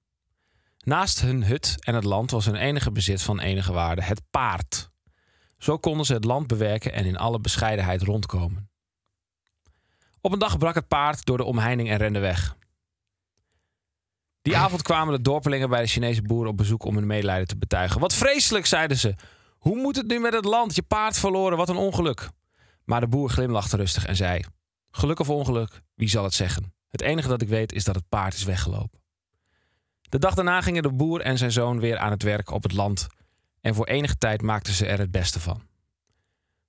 [SPEAKER 3] Naast hun hut en het land was hun enige bezit van enige waarde het paard. Zo konden ze het land bewerken en in alle bescheidenheid rondkomen. Op een dag brak het paard door de omheining en rende weg. Die avond kwamen de dorpelingen bij de Chinese boer op bezoek om hun medelijden te betuigen. Wat vreselijk, zeiden ze. Hoe moet het nu met het land? Je paard verloren, wat een ongeluk. Maar de boer glimlachte rustig en zei: Geluk of ongeluk, wie zal het zeggen? Het enige dat ik weet is dat het paard is weggelopen. De dag daarna gingen de boer en zijn zoon weer aan het werk op het land. En voor enige tijd maakten ze er het beste van.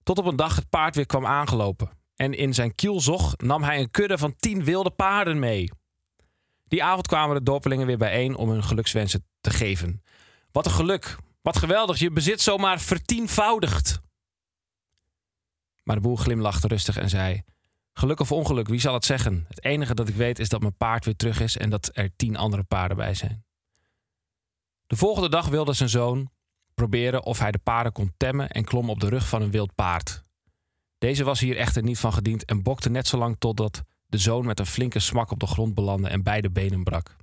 [SPEAKER 3] Tot op een dag het paard weer kwam aangelopen. En in zijn kiel zocht nam hij een kudde van tien wilde paarden mee. Die avond kwamen de dorpelingen weer bijeen om hun gelukswensen te geven. Wat een geluk! Wat geweldig! Je bezit zomaar vertienvoudigd! Maar de boer glimlachte rustig en zei: Geluk of ongeluk, wie zal het zeggen? Het enige dat ik weet is dat mijn paard weer terug is en dat er tien andere paarden bij zijn. De volgende dag wilde zijn zoon proberen of hij de paarden kon temmen en klom op de rug van een wild paard. Deze was hier echter niet van gediend en bokte net zo lang totdat de zoon met een flinke smak op de grond belandde en beide benen brak.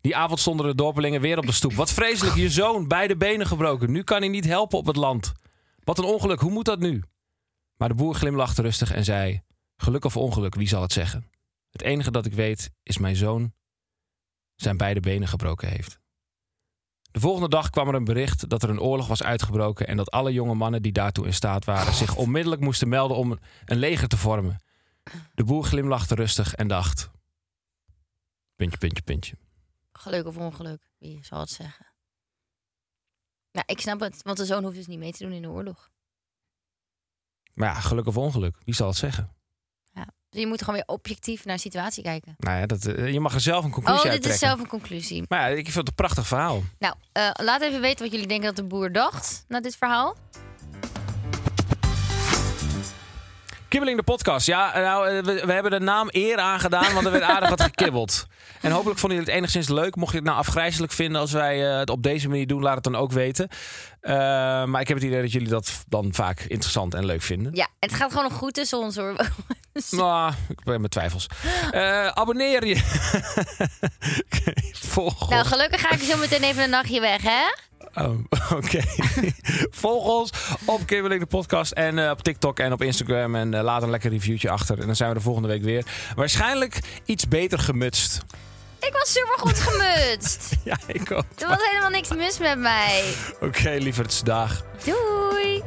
[SPEAKER 3] Die avond stonden de dorpelingen weer op de stoep. Wat vreselijk, je zoon, beide benen gebroken. Nu kan hij niet helpen op het land. Wat een ongeluk, hoe moet dat nu? Maar de boer glimlachte rustig en zei: Geluk of ongeluk, wie zal het zeggen? Het enige dat ik weet is mijn zoon zijn beide benen gebroken heeft. De volgende dag kwam er een bericht dat er een oorlog was uitgebroken en dat alle jonge mannen die daartoe in staat waren zich onmiddellijk moesten melden om een leger te vormen. De boer glimlachte rustig en dacht: Puntje, puntje, puntje.
[SPEAKER 2] Geluk of ongeluk, wie zal het zeggen? Nou, ik snap het, want de zoon hoeft dus niet mee te doen in de oorlog.
[SPEAKER 3] Maar ja, geluk of ongeluk, wie zal het zeggen?
[SPEAKER 2] Dus je moet gewoon weer objectief naar de situatie kijken.
[SPEAKER 3] Nou ja, dat, eh, je mag er zelf een
[SPEAKER 2] Oh,
[SPEAKER 3] conclusie uit
[SPEAKER 2] dit
[SPEAKER 3] trekken.
[SPEAKER 2] is zelf een conclusie.
[SPEAKER 3] Maar ja, ik vind het een prachtig verhaal.
[SPEAKER 2] Nou, eh, laat even weten wat jullie denken dat de boer dacht na dit verhaal.
[SPEAKER 3] Kibbeling de podcast. Ja, nou, eh, we, we hebben de naam eer aangedaan, want er werd aardig wat gekibbeld. En hopelijk vonden jullie het enigszins leuk. Mocht je het nou afgrijzelijk vinden als wij eh, het op deze manier doen, laat het dan ook weten. Eh, maar ik heb het idee dat jullie dat dan vaak interessant en leuk vinden.
[SPEAKER 2] Ja, het gaat gewoon nog goed tussen ons hoor. <laughs>
[SPEAKER 3] Nou, ik ben mijn twijfels. Eh, abonneer je. <laughs> Oké, Volg
[SPEAKER 2] nou,
[SPEAKER 3] ons.
[SPEAKER 2] gelukkig ga ik zo meteen even een nachtje weg, hè?
[SPEAKER 3] Oh, <laughs> Oké. Volg ons op Kibbeling de podcast en eh, op TikTok en op Instagram. En eh, laat een lekker reviewtje achter. En dan zijn we de volgende week weer. Waarschijnlijk iets beter gemutst.
[SPEAKER 2] Ik was super goed
[SPEAKER 3] <laughs>
[SPEAKER 2] gemutst.
[SPEAKER 3] Ja, ik ook.
[SPEAKER 2] Er was helemaal niks mis met mij.
[SPEAKER 3] Oké, lieverds, dag.
[SPEAKER 2] Doei!